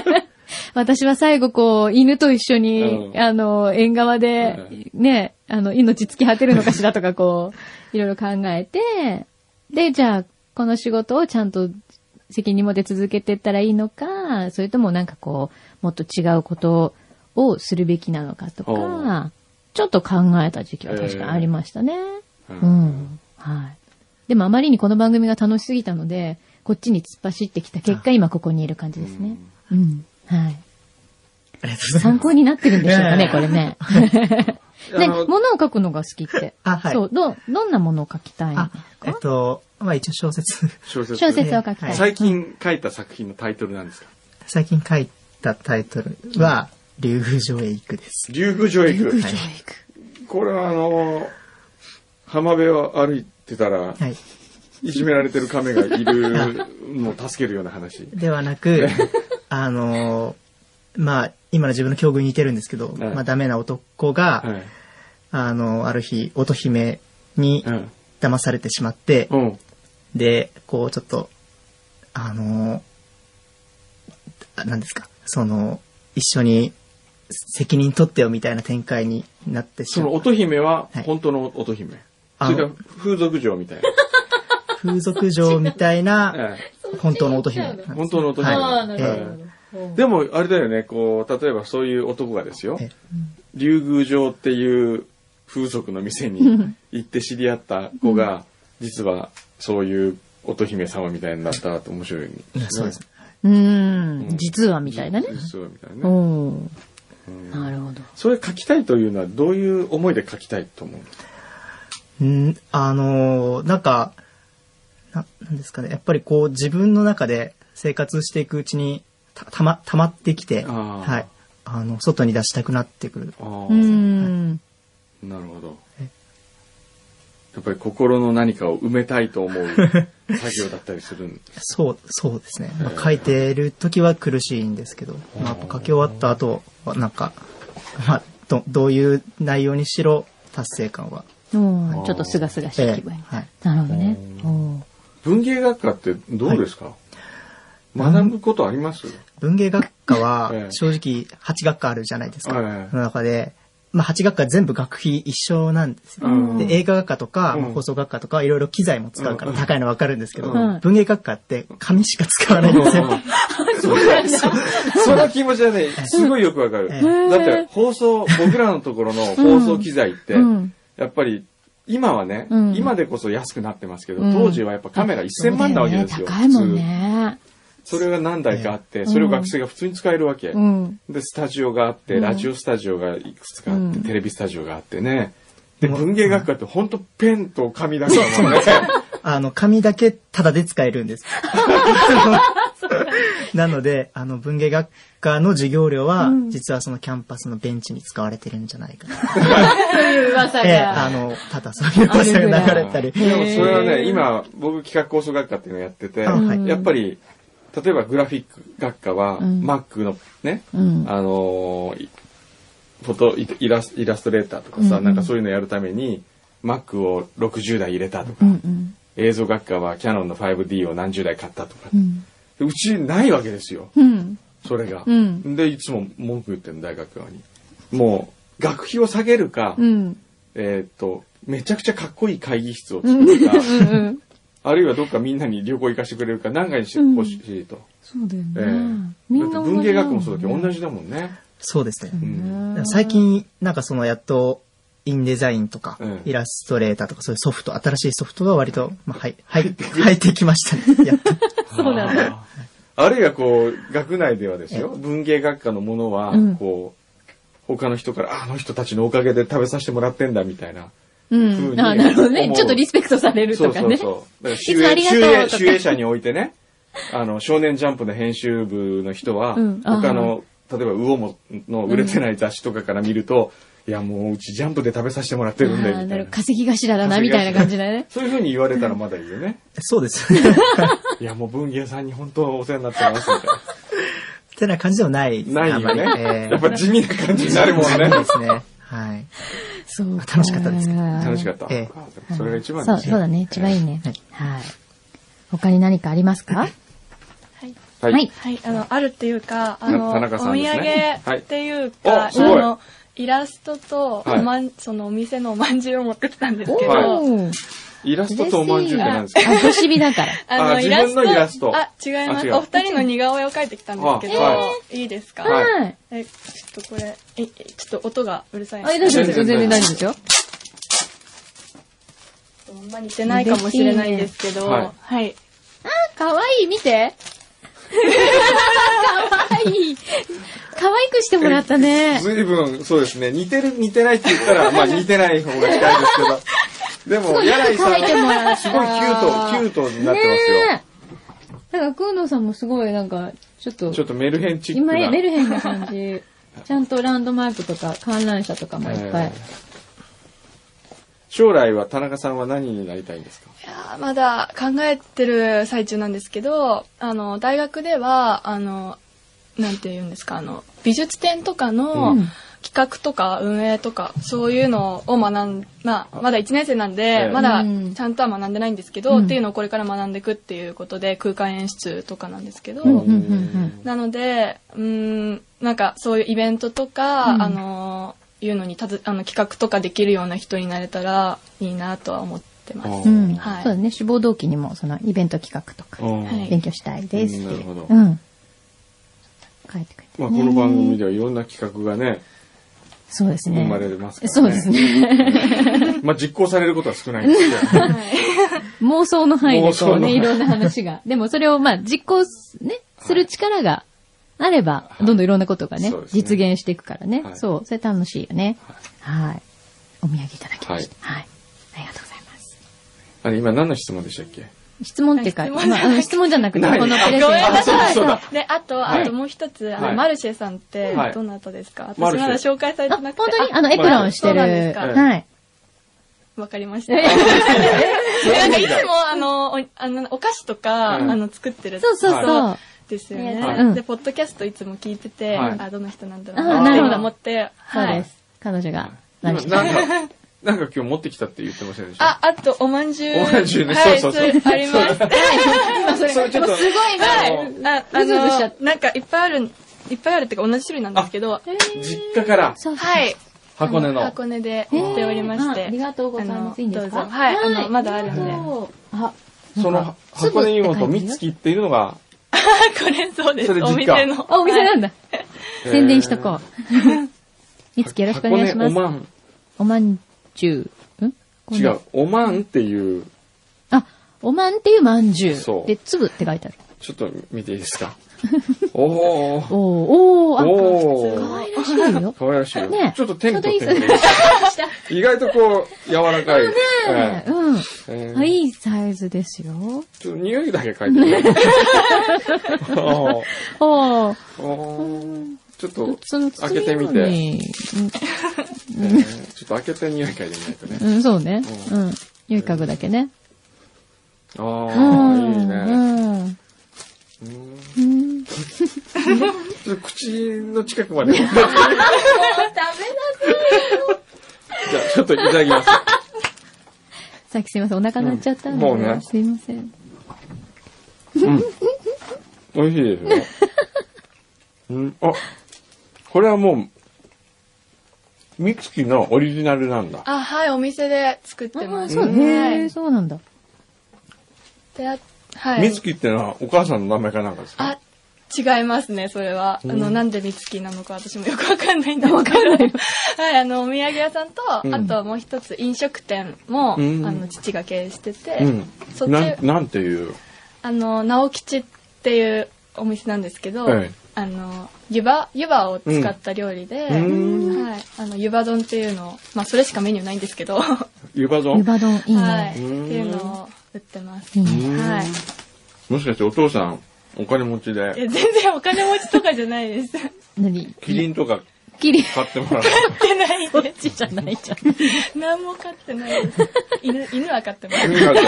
Speaker 2: 私は最後こう、犬と一緒に、
Speaker 1: うん
Speaker 2: あの、縁側で、ね、あの、命尽き果てるのかしらとかこう、いろいろ考えて、で、じゃあ、この仕事をちゃんと責任持って続けていったらいいのか、それともなんかこう、もっと違うことをするべきなのかと
Speaker 1: お
Speaker 2: か
Speaker 1: う、
Speaker 2: ちょっと考えた時期は確かにありましたね。
Speaker 1: えーう
Speaker 2: う
Speaker 1: ん
Speaker 2: ん。はい。でもあまりにこの番組が楽しすぎたので、こっちに突っ走ってきた結果、今ここにいる感じですね。うん。はい。
Speaker 4: ありがとうござい
Speaker 2: 参
Speaker 4: ます。
Speaker 2: 考になってるんでしょう かね、これね。ね、
Speaker 1: あの
Speaker 2: 物を書くのが好きって。
Speaker 4: あはい
Speaker 2: そう、ど、どんなものを書きたいん
Speaker 4: あ
Speaker 2: です、
Speaker 4: えっ
Speaker 2: か
Speaker 4: と、まあ一応小説、
Speaker 1: 小説。
Speaker 2: 小説を書きたい。
Speaker 1: 最近書いた作品のタイトルなんですか
Speaker 4: 最近書いたタイトルは、竜宮城へ行くです。
Speaker 1: 竜宮城へ行く。
Speaker 4: はい。
Speaker 1: これはあの、浜辺を歩いてたら、
Speaker 4: はい。
Speaker 1: いじめられてる亀がいるのを助けるような話。
Speaker 4: ではなく、あのーまあ、今の自分の境遇に似てるんですけど、
Speaker 1: い
Speaker 4: まあ、ダメな男が、
Speaker 1: はい。
Speaker 4: あのーある日、乙姫に
Speaker 1: うん。
Speaker 4: 騙されてしまって、
Speaker 1: うん。
Speaker 4: で、こう、ちょっと、あのー、何ですか、その、一緒に責任取ってよみたいな展開になってし
Speaker 1: そ
Speaker 4: ま
Speaker 1: の
Speaker 4: う。
Speaker 1: 乙姫は
Speaker 4: はい
Speaker 1: 本当の乙姫。
Speaker 4: あ
Speaker 1: それから
Speaker 4: の、
Speaker 1: 風俗嬢みたい
Speaker 4: 風俗嬢みたいな、
Speaker 1: な。 え
Speaker 4: 本当の乙姫なんで
Speaker 1: え
Speaker 4: す。
Speaker 1: 本当の乙姫。
Speaker 4: はい
Speaker 2: ー
Speaker 4: なるほど
Speaker 1: ええでも、あれだよね、こう、例えばそういう男がですよ
Speaker 4: ええ、
Speaker 1: 竜宮城っていう風俗の店に行って知り合った子が、実はそういう乙姫様みたいになったら面白い、
Speaker 4: うんそうです。
Speaker 2: う
Speaker 1: う
Speaker 2: ー
Speaker 1: ん
Speaker 2: ん、実はみたいなね。
Speaker 1: そうみたいなね。
Speaker 2: おーなるほど。
Speaker 1: それ書きたいというのはどういう思いで書きたいと思う
Speaker 4: うん、あのーなんか、な、なんですかね。やっぱりこう、自分の中で生活していくうちに、た、たま、溜まってきて、
Speaker 1: あー
Speaker 4: はい。あの、外に出したくなってくる。
Speaker 1: あ
Speaker 2: うーん。
Speaker 1: あ、なるほど。やっぱり心の何かを埋めたいと思 う作業だったりするん
Speaker 4: そう、そうですね。まあ書いてる時は苦しいんですけど、まあ、やっぱ書き終わった後は、なんか、まあ、ど、どういう内容にしろ、達成感は。
Speaker 2: うんちょっとすがすがしい気分
Speaker 4: ええはい。
Speaker 2: なるほどね。おー
Speaker 1: 文芸学科ってどうですか、学ぶことあります
Speaker 4: 文芸学科
Speaker 1: ええ
Speaker 4: は、正直、8学科あるじゃないですか。
Speaker 1: ええ
Speaker 4: の中で、まあ、8学科全部学費一緒なんですよ。
Speaker 1: うん
Speaker 4: で映画学科とか、
Speaker 1: うん
Speaker 4: まあ放送学科とか、いろいろ機材も使うから高いのわかるんですけど、
Speaker 1: うん
Speaker 4: 文芸学科って紙しか使わないんですよ。
Speaker 1: その気持ちはね、すごいよくわかる。だ
Speaker 4: え
Speaker 1: って放送、僕らのところの放送機材って
Speaker 2: う、ん。
Speaker 1: やっぱり今はね、
Speaker 2: うん
Speaker 1: 今でこそ安くなってますけど、
Speaker 2: うん
Speaker 1: 当時はやっぱカメラ1000万なわけですよ。
Speaker 2: そうだね高いもんね。
Speaker 1: 普通それが何台かあって、それを学生が普通に使えるわけ。
Speaker 2: うん。
Speaker 1: で、スタジオがあって、ラジオスタジオがいくつかあって、
Speaker 2: うん
Speaker 1: テレビスタジオがあってね。で、
Speaker 4: うん
Speaker 1: 文芸学科って本当ペンと紙だけだもんね。
Speaker 4: あの、紙だけタダで使えるんです。なので、あの、文芸学科の授業料は、実はそのキャンパスのベンチに使われてるんじゃないかな。
Speaker 2: という噂
Speaker 4: ええ、あの、ただそういう噂が流れたり。
Speaker 1: でもそれはね、今、僕企画構想学科っていうのをやってて、
Speaker 4: あはい
Speaker 1: やっぱり、例えばグラフィック学科は、
Speaker 2: ん
Speaker 1: Mac のね、
Speaker 2: うん。
Speaker 1: あのーいフォトイイラス、イラストレーターとかさ、
Speaker 2: うんうん
Speaker 1: なんかそういうのやるために、Mac を60台入れたとか、
Speaker 2: うんうん。
Speaker 1: 映像学科はキャノンの 5D を何十台買ったとか
Speaker 2: う、ん。
Speaker 1: でうちないわけですよ、
Speaker 2: うん。
Speaker 1: それが。
Speaker 2: うん
Speaker 1: で、いつも文句言ってるの大学側に。もう、学費を下げるか、
Speaker 2: うん。
Speaker 1: えーっと、めちゃくちゃかっこいい会議室を作るか、
Speaker 2: うん。
Speaker 1: あるいはどっかみんなに旅行行かせてくれるか、何かにしてほしいと。
Speaker 2: そうだよ
Speaker 1: ええ
Speaker 2: ね。み
Speaker 1: だっ
Speaker 2: ん
Speaker 1: て
Speaker 2: な
Speaker 1: 文芸学もそうだけど、同
Speaker 2: じ
Speaker 1: じだもんね。
Speaker 4: そうですね。
Speaker 2: だもんね。
Speaker 4: 最近、なんかそのやっと、インデザインとか、
Speaker 1: うん
Speaker 4: イラストレーターとか、そういうソフト、新しいソフトが割と、まあ、はい、はい、入ってきましたね。やっと。
Speaker 1: そうなんだ。あるいはこう、学内ではですよ、文芸学科のものは
Speaker 2: うん、
Speaker 1: こう、他の人から、ああの人たちのおかげで食べさせてもらってんだ、みたいな。
Speaker 2: うん。あ、なるほどね。ちょっとリスペクトされる
Speaker 1: そ
Speaker 2: と
Speaker 1: う
Speaker 2: か
Speaker 1: そう
Speaker 2: ね。
Speaker 1: そう。だから
Speaker 2: いつもありがとうとか
Speaker 1: 集英者においてね、あの、少年ジャンプの編集部の人は、
Speaker 2: うんあー
Speaker 1: 他の、例えば、魚もの売れてない雑誌とかから見ると、いや、もううちジャンプで食べさせてもらってるんだよ、
Speaker 2: あー
Speaker 1: みた
Speaker 2: ない
Speaker 1: な
Speaker 2: るほど。稼ぎ頭だな、みたいな感じだね。
Speaker 1: そういうふうに言われたらまだいいよ ね。
Speaker 4: そ うです。っ
Speaker 1: いや、もう文芸さんに本当お世話になってます、みたいな。
Speaker 4: てな感じでもないです。
Speaker 1: ないよね
Speaker 4: あんまりええ
Speaker 1: やっぱ地味な感じになるもんね。
Speaker 4: そうですね。はい。
Speaker 2: そう。
Speaker 4: 楽しかったですけど
Speaker 1: 楽
Speaker 2: 楽
Speaker 1: しかった。
Speaker 4: え
Speaker 1: それが一番
Speaker 2: そう、
Speaker 1: です
Speaker 2: そうだね。一番いいね。はい。他に何かありますか
Speaker 1: はい。
Speaker 2: はい。
Speaker 6: はい、あの、あるっていうか、あの、
Speaker 1: 田中さんですね
Speaker 6: お土産っていう
Speaker 1: はい
Speaker 6: か、
Speaker 1: おすごい
Speaker 6: あの、イラストと、
Speaker 1: はい
Speaker 6: まんそのお店のおまんじゅうを持ってきたんですけど、
Speaker 1: はい
Speaker 2: おー
Speaker 1: イラストとおまんじゅうって何ですか
Speaker 2: あ、ごしびだから。
Speaker 6: あ
Speaker 1: あ
Speaker 6: の、
Speaker 1: 自分のイラスト
Speaker 6: あ、違いま
Speaker 1: あ違
Speaker 6: す。
Speaker 1: う
Speaker 6: お二人の似顔絵を描いてきたんですけど、、
Speaker 1: あはい
Speaker 6: いですか、
Speaker 1: はい
Speaker 2: はい。
Speaker 6: え、ちょっとこれ、え、えちょっと音がうるさいん
Speaker 2: あ、大丈夫ですよ。全然大丈夫ですよ。
Speaker 6: あんま似てないかもしれないんですけ
Speaker 1: 嬉し
Speaker 6: ど、
Speaker 1: いね
Speaker 6: はい。
Speaker 2: かわいい、見て。かわいい。可愛くしてもらったね。
Speaker 1: 随分、そうですね。似てる、似てないって言ったら、まあ似てない方が近いですけ ど。でも、柳井さん
Speaker 2: すごいよく描いてもらった
Speaker 1: すごいキュート、キュートになってますよ。
Speaker 2: ねえ。なんか、くーのさんもすごい、なんか、ちょっと、
Speaker 1: ちょっとメルヘンチック
Speaker 2: 今、
Speaker 1: な。
Speaker 2: メルヘンな 感じ。ちゃんとランドマークとか観覧車とかもいっぱい。
Speaker 1: えー将来は田中さんは何になりたいんですか
Speaker 6: いやーまだ考えてる最中なんですけど、あの、大学では、あの、なんて言うんですか、あの、美術展とかの
Speaker 2: うん
Speaker 6: 企画とか運営とか、そういうのを学ん、まあ、まだ1年生なん
Speaker 1: え
Speaker 6: で、
Speaker 1: え
Speaker 6: まだ
Speaker 2: うん
Speaker 6: ちゃんとは学んでないんですけど、
Speaker 2: うん
Speaker 6: っていうのをこれから学んでいくっていうことで、空間演出とかなんですけど、
Speaker 2: うんうんうん
Speaker 6: なので、うーん、なんかそういうイベントとか、
Speaker 2: うん
Speaker 6: あの、いうのにたずあの企画とかできるような人になれたらいいなとは思ってます。
Speaker 2: う
Speaker 1: うん
Speaker 2: ん。
Speaker 6: はい
Speaker 2: そうだね、志望動機にも、その、イベント企画とか、
Speaker 6: はい
Speaker 2: 勉強したいですってい
Speaker 1: な
Speaker 2: う。
Speaker 1: るほど
Speaker 2: うん。書いてくれて、
Speaker 1: まあ、この番組ではいろんな企画がね、
Speaker 2: そうですね。
Speaker 1: 生まれますからね
Speaker 2: そうですね。
Speaker 1: まあ実行されることは少ないんです けど。
Speaker 2: 妄想の範囲で
Speaker 1: 妄想の
Speaker 2: こう
Speaker 1: 範
Speaker 2: ね、
Speaker 1: 囲
Speaker 2: いろんな話 が。でもそれをまあ実行す、ね、する力があれば、どんどんいろんなことがね
Speaker 1: そう、ですね
Speaker 2: 実現していくからね
Speaker 1: は。い
Speaker 2: そう、それ楽しいよね。はい。お土産いただきました。はい。ありがとうございます。
Speaker 1: あれ、今何の質問でしたっけ
Speaker 2: 質問っていうか、
Speaker 6: 質
Speaker 2: まあ
Speaker 6: 問じゃない
Speaker 2: うん質問じゃなくて、
Speaker 1: ない
Speaker 2: このプレゼント。
Speaker 6: ごめんなさ
Speaker 1: いそうだ
Speaker 6: で、あと、
Speaker 1: はい
Speaker 6: あともう一つ、あの、
Speaker 1: はい
Speaker 6: マルシェさんって
Speaker 1: はい、
Speaker 6: どなたですか、
Speaker 1: マル
Speaker 6: 私
Speaker 1: シェ
Speaker 6: まだ紹介され
Speaker 2: あ、
Speaker 6: て
Speaker 2: 本
Speaker 6: なくて。
Speaker 2: 当に
Speaker 6: あ
Speaker 2: あの、エプロンして
Speaker 6: そう
Speaker 2: る。
Speaker 6: なんですか
Speaker 2: はい。
Speaker 6: わかりました。
Speaker 2: え
Speaker 6: なんかいつも、あの、おあのお菓子とか、
Speaker 1: うん
Speaker 6: あの、作ってる。
Speaker 2: そうそうそう。
Speaker 6: ですよね、
Speaker 1: はい
Speaker 2: うん
Speaker 6: で、ポッドキャストいつも聞いてて、
Speaker 1: はい
Speaker 6: あ、どの人なんだろ
Speaker 2: あ
Speaker 6: う
Speaker 2: な
Speaker 6: な
Speaker 2: る
Speaker 6: っ
Speaker 2: ほど
Speaker 6: て思って、
Speaker 2: そう
Speaker 6: は
Speaker 2: で
Speaker 6: い。
Speaker 2: す。彼女が
Speaker 1: 今
Speaker 2: 何
Speaker 1: なん
Speaker 2: してた。
Speaker 1: か、なんか今日持ってきたって言ってませんでした
Speaker 6: あ、あと、おまんじゅ う。
Speaker 1: お饅頭ね
Speaker 6: はい、
Speaker 1: そうそうそう
Speaker 6: れあります。
Speaker 2: 今それ、
Speaker 1: それちょっと
Speaker 2: もうすごい
Speaker 1: はい
Speaker 6: あ、あ
Speaker 2: うずうずしちゃっ
Speaker 6: の、なんかいっぱいある、いっぱいあるっていうか同じ種類なんですけど、
Speaker 1: 実家から
Speaker 2: そうそう。
Speaker 6: はい。
Speaker 1: 箱根
Speaker 6: あ
Speaker 1: の。
Speaker 6: 箱根で売っておりまし
Speaker 2: あ
Speaker 6: て。
Speaker 2: ありがとうございます。
Speaker 6: あの
Speaker 2: いいんですか
Speaker 6: どうぞはいあのまだあるんで
Speaker 2: りがとうあ、
Speaker 1: そ
Speaker 2: なん
Speaker 1: の
Speaker 2: か
Speaker 1: 箱根芋
Speaker 2: 粒って書
Speaker 1: と三月っ
Speaker 2: いてるよ
Speaker 1: ていうのが、
Speaker 6: これそうで
Speaker 1: そ
Speaker 6: す。
Speaker 1: れ実家
Speaker 6: お店の。
Speaker 2: あ、お店なんだ。
Speaker 1: えー
Speaker 2: 宣伝しとこう。いつきよろしくお願いします
Speaker 1: 箱根。おまん。
Speaker 2: おまんじゅう。ん
Speaker 1: 違う。。おまんっていう、
Speaker 2: あ、おまんっていうまんじゅ。
Speaker 1: そうう
Speaker 2: で、粒って書いてある。
Speaker 1: ちょっと見ていいです か。おー。
Speaker 2: おー、お
Speaker 1: お
Speaker 2: ー、あ、可
Speaker 1: ー。
Speaker 2: 愛らしいよ。
Speaker 1: 可愛らしいよ
Speaker 2: ね。
Speaker 1: ちょっとテント
Speaker 2: ちょうどいい
Speaker 1: 意外とこう、柔らかい。
Speaker 2: ねえ
Speaker 1: え
Speaker 2: うん。
Speaker 1: ええ
Speaker 2: あ
Speaker 1: え
Speaker 2: いいサイズですよ。
Speaker 1: ちょっと匂いだけ嗅いでみよう
Speaker 2: おー、
Speaker 1: おーおーちょっと、
Speaker 2: その
Speaker 1: 開けてみて
Speaker 2: 包むのに
Speaker 1: えーちょっと開けて匂い嗅いでみないとね。
Speaker 2: うん、そうね。
Speaker 1: う
Speaker 2: うん。良い家具だけね。
Speaker 1: あ
Speaker 2: う
Speaker 1: あ、
Speaker 2: ん
Speaker 1: いいね。
Speaker 2: うん
Speaker 1: うん
Speaker 2: うん。
Speaker 1: ちょっと口の近くまで。じゃあ、ちょっといただきます。
Speaker 2: さっきすいません、お腹鳴っちゃったんで。
Speaker 1: うんもうね
Speaker 2: すいません。
Speaker 1: 美味しいですよ。うん、あ、これはもう、ミツキのオリジナルなんだ。
Speaker 6: あ、はい、お店で作って
Speaker 2: あ
Speaker 6: ま
Speaker 2: あ、
Speaker 6: す。
Speaker 2: そう
Speaker 6: はい
Speaker 2: へえ、そうなんだ。
Speaker 6: であは
Speaker 1: ミ
Speaker 6: い
Speaker 1: ツ。キってのはお母さんの名前かなんかですか
Speaker 6: あ、違いますね、それは。あの、なんで三月なのか私もよくわかんないんですけど。はい、あの、お土産屋さんと、
Speaker 1: うん
Speaker 6: あともう一つ飲食店も、あ
Speaker 1: うん
Speaker 6: の、父が経営してて、そっ
Speaker 1: うん。
Speaker 6: ち、
Speaker 1: なん、なんていう。
Speaker 6: あの、直吉っていうお店なんですけど、
Speaker 1: ええ
Speaker 6: あの、湯葉、湯葉を使った料理で、
Speaker 1: うん
Speaker 6: はい、あの、湯葉丼っていうのを、まあ、それしかメニューないんですけど、
Speaker 1: ゆば
Speaker 2: 湯
Speaker 1: 丼
Speaker 2: 葉丼、いい
Speaker 6: はい、
Speaker 2: ね
Speaker 6: って。
Speaker 1: うん
Speaker 6: いうのを売ってます。
Speaker 2: いい
Speaker 6: は
Speaker 2: ね
Speaker 1: うん
Speaker 6: い。
Speaker 1: もしかしてお父さん、お金持ち
Speaker 6: い
Speaker 1: で、
Speaker 6: や、全然お金持ちとかじゃないです。売っ
Speaker 2: 何
Speaker 1: キリンとか
Speaker 2: きり。
Speaker 1: 買っても らう。
Speaker 6: てない
Speaker 2: こっ
Speaker 6: で
Speaker 2: ちじゃないじゃん。
Speaker 6: す。何も飼ってないです。犬、犬は飼ってます。
Speaker 1: みんなで。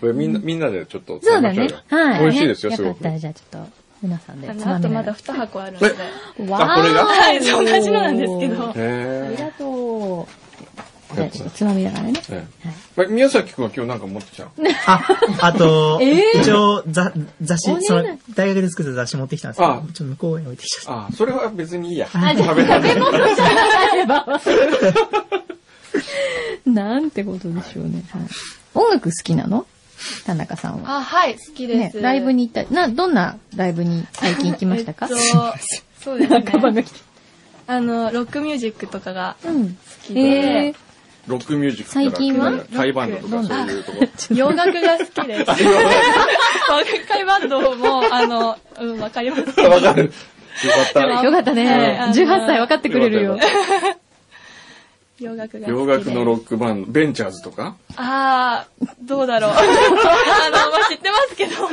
Speaker 1: これみんな、みんなでちょっと
Speaker 2: そ
Speaker 1: 食
Speaker 2: う
Speaker 1: べ
Speaker 2: だ
Speaker 1: ましょ
Speaker 2: ね
Speaker 1: うよ。。
Speaker 2: はい。
Speaker 1: 美味しいですよ、す
Speaker 2: か
Speaker 1: ご
Speaker 2: っ
Speaker 1: く。
Speaker 2: たら、じゃあちょっと、皆さんで
Speaker 6: あ
Speaker 2: つ
Speaker 6: の、
Speaker 2: ま
Speaker 6: あ
Speaker 2: んで。
Speaker 6: とまだ2箱あるの
Speaker 1: え
Speaker 6: で。
Speaker 2: わー
Speaker 1: あこれが
Speaker 6: はい、そう同じのなんですけど。
Speaker 2: あ
Speaker 1: へ
Speaker 2: りがとう。じゃあちょっ
Speaker 1: え
Speaker 2: とつまみながらね。
Speaker 1: え
Speaker 2: はい
Speaker 1: え。宮崎くんは今日なんか持ってきたの
Speaker 4: あ、あと、
Speaker 2: えー
Speaker 4: 一応、ざ雑
Speaker 2: お願
Speaker 4: 誌、
Speaker 2: い
Speaker 4: その、大学で作った雑誌持ってきたんですけど、
Speaker 1: あ
Speaker 4: ちょっと向こうへ置いてきちゃった。
Speaker 1: あ、それは別にいいや。
Speaker 4: あ
Speaker 1: 食べられる。
Speaker 2: なんてことでしょうね。はい音楽好きなの田中さんは。
Speaker 6: あ、はい、好きで
Speaker 2: ね、
Speaker 6: す。
Speaker 2: ライブに行った、な、どんなライブに最近行きましたか
Speaker 6: えっと、そうですね。
Speaker 2: が来て。
Speaker 6: あの、ロックミュージックとかが好
Speaker 2: うん。
Speaker 6: き
Speaker 2: え
Speaker 6: で
Speaker 2: ー、、
Speaker 1: ロックミュージックとか
Speaker 2: 最近は
Speaker 1: タイバンドとかそういうとこ。
Speaker 6: 洋楽が好 きです。若いバンドも、あの、うん、わかります。
Speaker 1: わかる。か
Speaker 2: よ
Speaker 1: っ
Speaker 2: かったね。
Speaker 6: あ
Speaker 2: 18
Speaker 6: の
Speaker 2: 歳分かってくれるよ
Speaker 1: よか。
Speaker 6: 洋楽
Speaker 1: た。
Speaker 6: が好きで
Speaker 1: 洋楽のロックバンド、ベンチャーズとか
Speaker 6: ああ、どうだろう。あの、まあ、知ってますけど。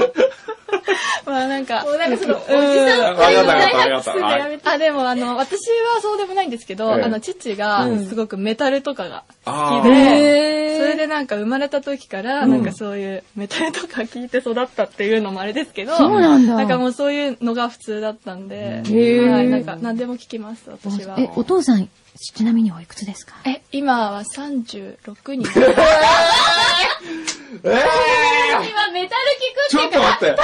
Speaker 6: まあなんか。
Speaker 5: もうなんかその、おじ
Speaker 1: わ
Speaker 5: さん
Speaker 1: かったわかったわかった。
Speaker 5: やめて。
Speaker 6: あ、でもあの、私はそうでもないんですけど、
Speaker 1: ええ
Speaker 6: あの、父がすごくメタルとかが
Speaker 1: あ
Speaker 6: 好
Speaker 1: ー
Speaker 6: きで、そ
Speaker 2: へ
Speaker 6: れでなんか生まれた時から、なんかそういうメタルとか聞いて育ったっていうのもあれですけど、
Speaker 2: そうなんだ。
Speaker 6: んかもうそういうのが普通だったんで、
Speaker 2: へえ
Speaker 6: はい、なんか何でも聞きます、私は。
Speaker 2: え、お父さん、ちなみにおいくつですか
Speaker 6: え、今は36になります。
Speaker 1: えー
Speaker 2: 今メタル
Speaker 1: ちょっと待って
Speaker 2: パパ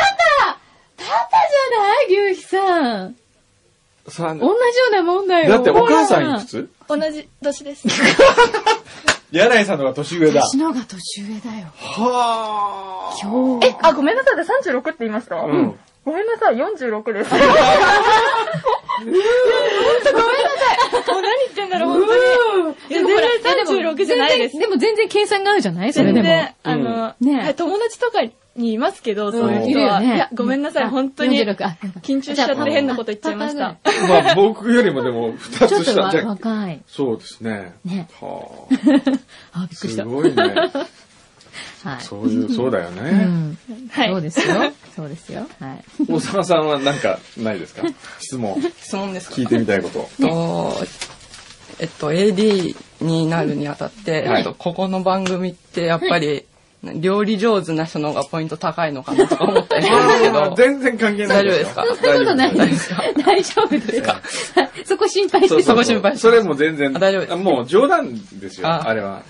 Speaker 2: じゃない牛皮さん。
Speaker 1: さん
Speaker 2: 同じようなもんだよ。
Speaker 1: だってお母さんいくつ
Speaker 6: 同じ 年です。
Speaker 1: 柳井さんの方が年上だ。
Speaker 2: 私の方が年上だよ。
Speaker 1: は
Speaker 2: 今日。
Speaker 7: え、あ、ごめんなさい。で36って言いました、
Speaker 1: あ。うん。
Speaker 7: ごめんなさい。46です。
Speaker 6: でもほら、36じゃないです
Speaker 2: 全然。でも全然計算が合うじゃないそれ
Speaker 6: 全
Speaker 2: でも。
Speaker 6: 然、あ
Speaker 1: うん
Speaker 6: の、
Speaker 2: ね
Speaker 6: はい友達とかにいますけど、そういう人は。
Speaker 2: い
Speaker 6: い
Speaker 2: るよね
Speaker 6: や、ごめんなさい、
Speaker 2: あ
Speaker 6: 本当に。
Speaker 2: 46あ
Speaker 6: 緊張しちゃって変なこと言っちゃいまし
Speaker 2: じゃあ
Speaker 6: た。
Speaker 1: まあ僕よりもでも二
Speaker 2: ちょっ
Speaker 1: つ
Speaker 2: と
Speaker 1: 下じゃ
Speaker 2: わ
Speaker 1: ん。
Speaker 2: 若い。
Speaker 1: そうですね。
Speaker 2: ね。
Speaker 1: は
Speaker 2: あ、び
Speaker 1: あ。
Speaker 2: っくりし
Speaker 1: す
Speaker 2: た。
Speaker 1: ごいね。
Speaker 2: はい。
Speaker 1: そういう、そうだよ
Speaker 2: う
Speaker 1: ね。
Speaker 2: ん。
Speaker 6: はい
Speaker 2: そうです よ。そうですよ。はい。
Speaker 1: 大沢さんはなんかないですか質問。
Speaker 3: 質問ですか
Speaker 1: 聞いてみたいこと。
Speaker 3: えっと、えっと、AD になるにあたって、
Speaker 1: はい
Speaker 3: えっと、ここの番組ってやっぱり、料理上手な人の方がポイント高いのかなとか思ったりするんですけ
Speaker 1: まあ
Speaker 3: ど、
Speaker 1: 全然関係ないよ
Speaker 3: 大丈夫ですか
Speaker 2: そんなことない
Speaker 1: 大丈夫で
Speaker 2: で
Speaker 1: す
Speaker 2: す。大丈夫ですかそこ心配し
Speaker 1: そう
Speaker 2: て
Speaker 1: そう
Speaker 2: た。
Speaker 3: そこ心配して
Speaker 1: それも全然。
Speaker 3: あ大丈夫です
Speaker 1: もう冗談ですよ、
Speaker 3: あ
Speaker 1: あれは。
Speaker 2: はい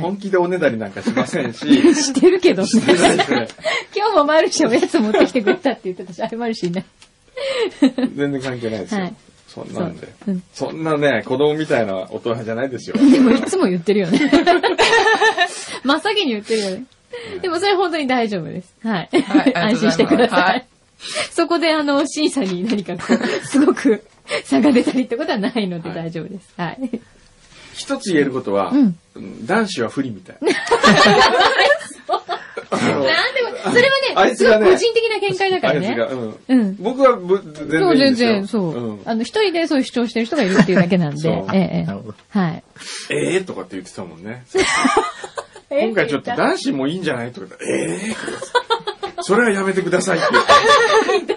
Speaker 1: 本気でおねだりなんかしませんし。
Speaker 2: してるけど。
Speaker 1: してないですね
Speaker 2: 今日もマルシェおやつ持ってきてくれたって言ってたし、あれマルシェいない。
Speaker 1: 全然関係ないです
Speaker 2: は
Speaker 1: よ
Speaker 2: い。
Speaker 1: そんなんで
Speaker 2: そううん。
Speaker 1: そんなね、子供みたいな大人じゃないですよ。
Speaker 2: でもいつも言ってる よね。真っ先に言ってるよね。でもそれ本当に大丈夫です。はい。
Speaker 3: はいあり
Speaker 2: 安
Speaker 3: がとうございます
Speaker 2: 心してください。
Speaker 3: はい
Speaker 2: そこであの、審査に何かこう、すごく 差が出たりってことはないので
Speaker 1: はい
Speaker 2: 大丈夫です。はい。
Speaker 1: 一つ言えることは
Speaker 2: うん、
Speaker 1: 男子は不利み たい。
Speaker 2: なんでも、それは
Speaker 1: あ
Speaker 2: ね、
Speaker 1: いつ
Speaker 2: すご
Speaker 1: が
Speaker 2: い
Speaker 1: ね
Speaker 2: 個人的な見解だから
Speaker 1: あいつが
Speaker 2: ね。
Speaker 1: うん
Speaker 2: うん。
Speaker 1: 僕はぶ全
Speaker 2: そう、
Speaker 1: 然いいん
Speaker 2: 全
Speaker 1: ですよ。
Speaker 2: 然、そう。
Speaker 1: うん
Speaker 2: あの、一人でそういう主張してる人がいるっていうだけな ん
Speaker 1: そ
Speaker 2: で
Speaker 1: う。
Speaker 2: ええ
Speaker 4: なるほど。
Speaker 2: はい。
Speaker 1: ええとかって言ってたもん ね。今回ちょっと男子もいいんじゃないとか言ってええーそれはやめてくださいって。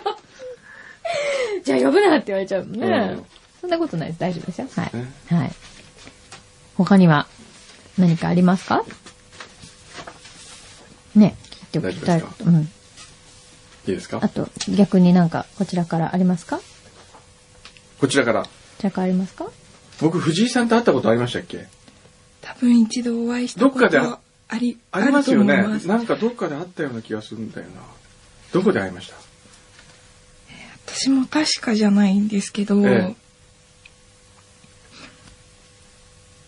Speaker 2: じゃあ呼ぶなって言われちゃうもんね。
Speaker 1: うん
Speaker 2: そんなことないです。大丈夫ですよ。はい
Speaker 1: ね。
Speaker 2: はい。他には何かありますかね、聞いておきた
Speaker 1: 大
Speaker 2: い
Speaker 1: 丈夫で。す
Speaker 2: うん。
Speaker 1: いいです
Speaker 2: あ
Speaker 1: か
Speaker 2: と、逆になんか、こちらからありますかこ
Speaker 1: こちらから。
Speaker 2: ちらからありますか
Speaker 1: 僕、藤井さんと会ったことありましたっけ
Speaker 5: 多分一度お会いしたこと
Speaker 1: どっかであ
Speaker 5: あり、
Speaker 1: ありますよ
Speaker 5: ある
Speaker 1: ね
Speaker 5: と思い。ま
Speaker 1: なんかどっかで会ったような気がするんだよな。どこで会いました
Speaker 5: す私も確かじゃないんですけど、
Speaker 1: ええ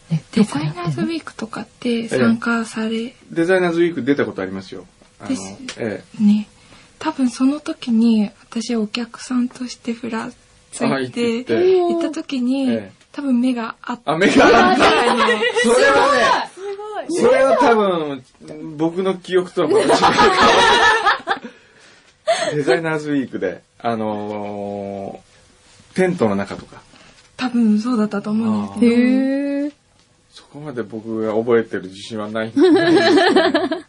Speaker 2: ね
Speaker 5: デザイナーズウィークとかって参加され、
Speaker 1: デザイナーズウィーク出たことありますよ。あの
Speaker 5: です、
Speaker 1: え
Speaker 5: ね多分その時に私お客さんとしてふらつ
Speaker 1: あ行
Speaker 5: い
Speaker 1: って
Speaker 5: て
Speaker 1: て
Speaker 5: 行った時に、
Speaker 1: ええ
Speaker 5: 多分目があっ
Speaker 1: え。
Speaker 5: た
Speaker 1: あ、メガネそれはね、それは多分、僕の記憶とはまた違う から。デザイナーズウィークで、あのーテントの中とか、
Speaker 5: 多分そうだったと思うんですけど
Speaker 2: へえ。
Speaker 1: そこまで僕が覚えてる自信はないんですけどね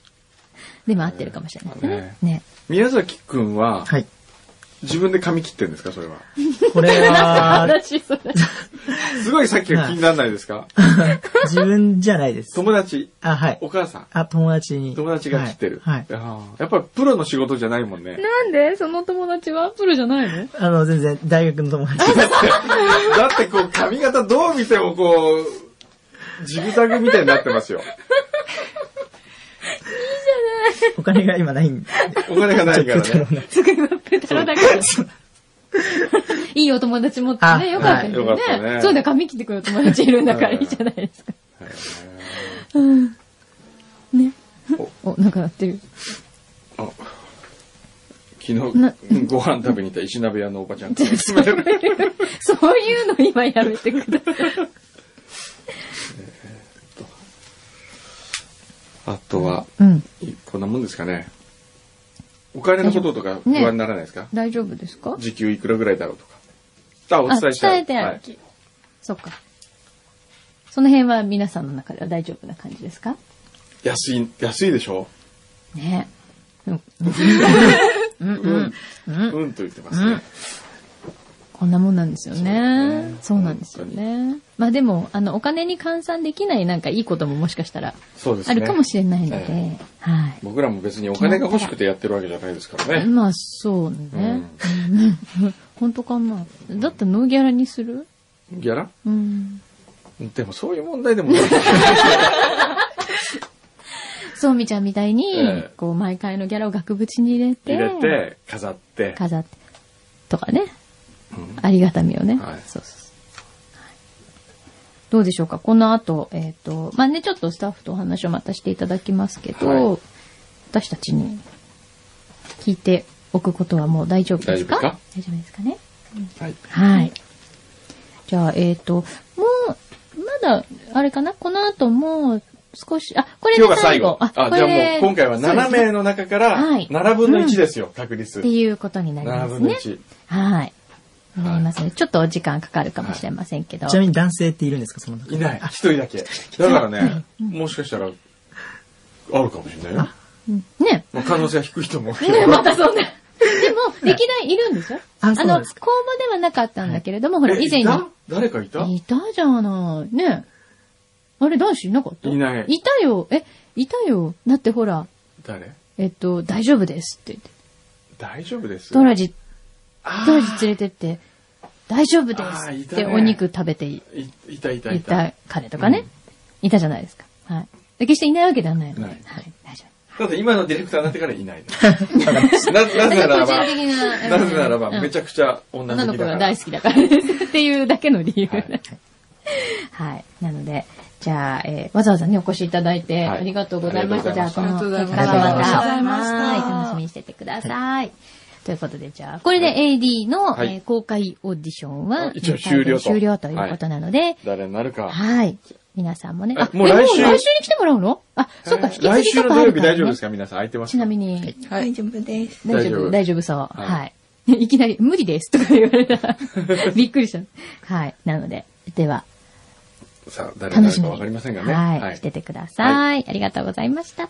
Speaker 2: でも合ってるかもしれないね。
Speaker 1: ね
Speaker 2: ね。
Speaker 1: 宮崎くんは、
Speaker 4: はい。
Speaker 1: 自分で髪切ってんですか、それは。
Speaker 4: こ れは、
Speaker 2: 私、それ。
Speaker 1: すごいさっきが気にならないですか
Speaker 4: 自分じゃないです。
Speaker 1: 友達、
Speaker 4: あ、はい。
Speaker 1: お母さん、
Speaker 4: あ、友達に。
Speaker 1: 友達が切ってる。
Speaker 4: はいはい。
Speaker 1: あーやっぱりプロの仕事じゃないもんね。
Speaker 2: なんでその友達はプロじゃないの
Speaker 4: あの、全然、大学の友 達です。
Speaker 1: だってこう髪型どう見てもこう、ジグザグみたいになってますよ。
Speaker 4: お金が今ないんで。
Speaker 1: お金がないからね。
Speaker 2: すごい真っ平だから。いいお友達持って
Speaker 4: あ
Speaker 2: ね、よかったです
Speaker 1: は
Speaker 2: よ
Speaker 1: いよかった
Speaker 2: ね。
Speaker 1: ね
Speaker 2: そうだよ、髪切ってくるお友達いるんだから
Speaker 1: うん
Speaker 2: いいじゃないですか。うん。ね。お、なんか鳴ってる。
Speaker 1: あ昨日
Speaker 2: な
Speaker 1: ご飯食べに行った石鍋屋のおばちゃんから勧められ て
Speaker 2: そういうの今やめてください。
Speaker 1: あとは、
Speaker 2: うん。
Speaker 1: いこんなもんですかね。お金のこととか不安にならないですか、
Speaker 2: 大丈夫ですか
Speaker 1: 時給いくらぐらいだろうとか。あ、お伝えしたい。
Speaker 2: あ伝えてある
Speaker 1: はい
Speaker 2: そっか。その辺は皆さんの中では大丈夫な感じですか
Speaker 1: 安い、安いでしょ
Speaker 2: ねうんうんうんうんうん。
Speaker 1: うんと言ってますね。
Speaker 2: こんなもんなんですよね。そ
Speaker 1: そうう
Speaker 2: な
Speaker 1: だね
Speaker 2: んですよね。まあでも、あの、お金に換算できないなんかいいことももしかしたら
Speaker 1: そうです
Speaker 2: あ
Speaker 1: ね。
Speaker 2: るかもしれないの
Speaker 1: え
Speaker 2: で、はい。
Speaker 1: 僕らも別にお金が欲しくてやってるわけじゃないですからね。
Speaker 2: まあ、そうね。 本当かな。だったらノーギャラにする
Speaker 1: ギャラ
Speaker 2: うん。
Speaker 1: でもそういう問題で もない。
Speaker 2: そうみちゃんみたいに、
Speaker 1: ええ
Speaker 2: こう、毎回のギャラを額縁に入れて、
Speaker 1: 入れて、飾って。
Speaker 2: 飾って、とかね。ありがたみをね。
Speaker 1: はい
Speaker 2: そうそうそうはいどうでしょうかこの後、えっ、と、まあね、ちょっとスタッフとお話をまたしていただきますけど、
Speaker 1: はい
Speaker 2: 私たちに聞いておくことはもう大丈夫ですか
Speaker 1: 大丈夫か
Speaker 2: 大丈夫ですかね
Speaker 1: はい。
Speaker 2: はい。じゃあ、えっ、と、もう、まだ、あれかなこの後も、少し、あ、これ
Speaker 1: 今日が
Speaker 2: で
Speaker 1: 最
Speaker 2: 最後
Speaker 1: 後。。あ、
Speaker 2: こ
Speaker 1: じゃあも
Speaker 2: れ
Speaker 1: う
Speaker 2: で
Speaker 1: 今回は7
Speaker 2: そうですね
Speaker 1: 名の中から
Speaker 2: はい
Speaker 1: 7分の1ですよ、確率。
Speaker 2: っていうことになり
Speaker 1: 7
Speaker 2: ます
Speaker 1: 分の
Speaker 2: ね。
Speaker 1: 1。
Speaker 2: はい。なりますね。ちょっとお時間かかるかもしれませんけど。
Speaker 4: ちなみに男性っているんですかその 中
Speaker 1: いない。一人だけ。だからね、もしかしたら、あるかもしれないよ。
Speaker 2: ね。
Speaker 1: まあ可能性は低いと思うけ
Speaker 2: ね
Speaker 1: ど。
Speaker 2: またそんな。でも、歴代いるんでしょ
Speaker 4: あそうなん
Speaker 2: の、
Speaker 4: です
Speaker 2: 公募ではなかったんだけれども、ほら、
Speaker 1: え
Speaker 2: 以前
Speaker 1: いた
Speaker 2: に。
Speaker 1: 誰かいた
Speaker 2: いたじゃない。ね。あれ、男子いなかった
Speaker 1: いない
Speaker 2: いたよ。え、いたよ。だってほら、
Speaker 1: 誰
Speaker 2: えっと、大丈夫ですって言って。
Speaker 1: 大丈夫です。
Speaker 2: ドラジ、
Speaker 1: あー
Speaker 2: ドラジ連れてって、大丈夫で
Speaker 1: あーい
Speaker 2: すったて
Speaker 1: ね
Speaker 2: お肉食べてい
Speaker 1: いいたいた
Speaker 2: い
Speaker 1: いた。
Speaker 2: た彼とかね。いたじゃないですか。はい。で決していないわけではないので。は
Speaker 1: ない
Speaker 2: い。大丈夫。
Speaker 1: ただ今のディレクターになってからいない のななぜなら
Speaker 2: 個人
Speaker 1: ば、
Speaker 2: 的な
Speaker 1: なぜならば
Speaker 2: うん
Speaker 1: めちゃくちゃ女
Speaker 2: 女
Speaker 1: の
Speaker 2: の
Speaker 1: 子
Speaker 2: 子
Speaker 1: だか
Speaker 2: が
Speaker 1: ら
Speaker 2: 大。好きだからですっていうだけの理由。は
Speaker 1: はい
Speaker 2: い。なので、じゃあ、えーわざわざね、お越しいただいて、
Speaker 1: はい
Speaker 2: ありがとうございました。
Speaker 1: あり
Speaker 2: じ
Speaker 1: が
Speaker 2: ゃあ、
Speaker 1: と
Speaker 2: こ
Speaker 1: う
Speaker 2: の
Speaker 3: ございました
Speaker 2: 結果
Speaker 4: ありがとうご
Speaker 5: ざいました
Speaker 2: はい、楽しみにしててください。ということで、じゃあ、これで AD の、
Speaker 1: はい
Speaker 2: えー公開オーディションは、
Speaker 1: 一応終了と
Speaker 2: 終了ということなので、
Speaker 1: 誰になるか。
Speaker 2: はい。皆さんもね、あ、
Speaker 1: えもう来週
Speaker 2: えもう来週に来てもらうのあ、そっか、引き継
Speaker 1: 来
Speaker 2: ぎ
Speaker 1: 週
Speaker 2: と
Speaker 1: の
Speaker 2: か
Speaker 1: 土
Speaker 2: あ
Speaker 1: 曜
Speaker 2: る
Speaker 1: 日
Speaker 2: から、ね。
Speaker 1: 大丈夫ですか皆さん空いてます
Speaker 2: ちなみ
Speaker 1: に。
Speaker 2: に、
Speaker 5: 大丈夫です。
Speaker 2: 大
Speaker 1: 大
Speaker 2: 丈
Speaker 1: 丈
Speaker 2: 夫、
Speaker 1: 夫
Speaker 2: 大丈夫そう。
Speaker 1: はい
Speaker 2: はい。い きなり、無理ですとか言われた ら、びっくりした。はい。なので、では、
Speaker 1: さあ、誰にな
Speaker 2: 楽
Speaker 1: る
Speaker 2: しみ
Speaker 1: か
Speaker 2: に。
Speaker 1: わかりませんがね。
Speaker 2: はい。しててください。ありがとうございました。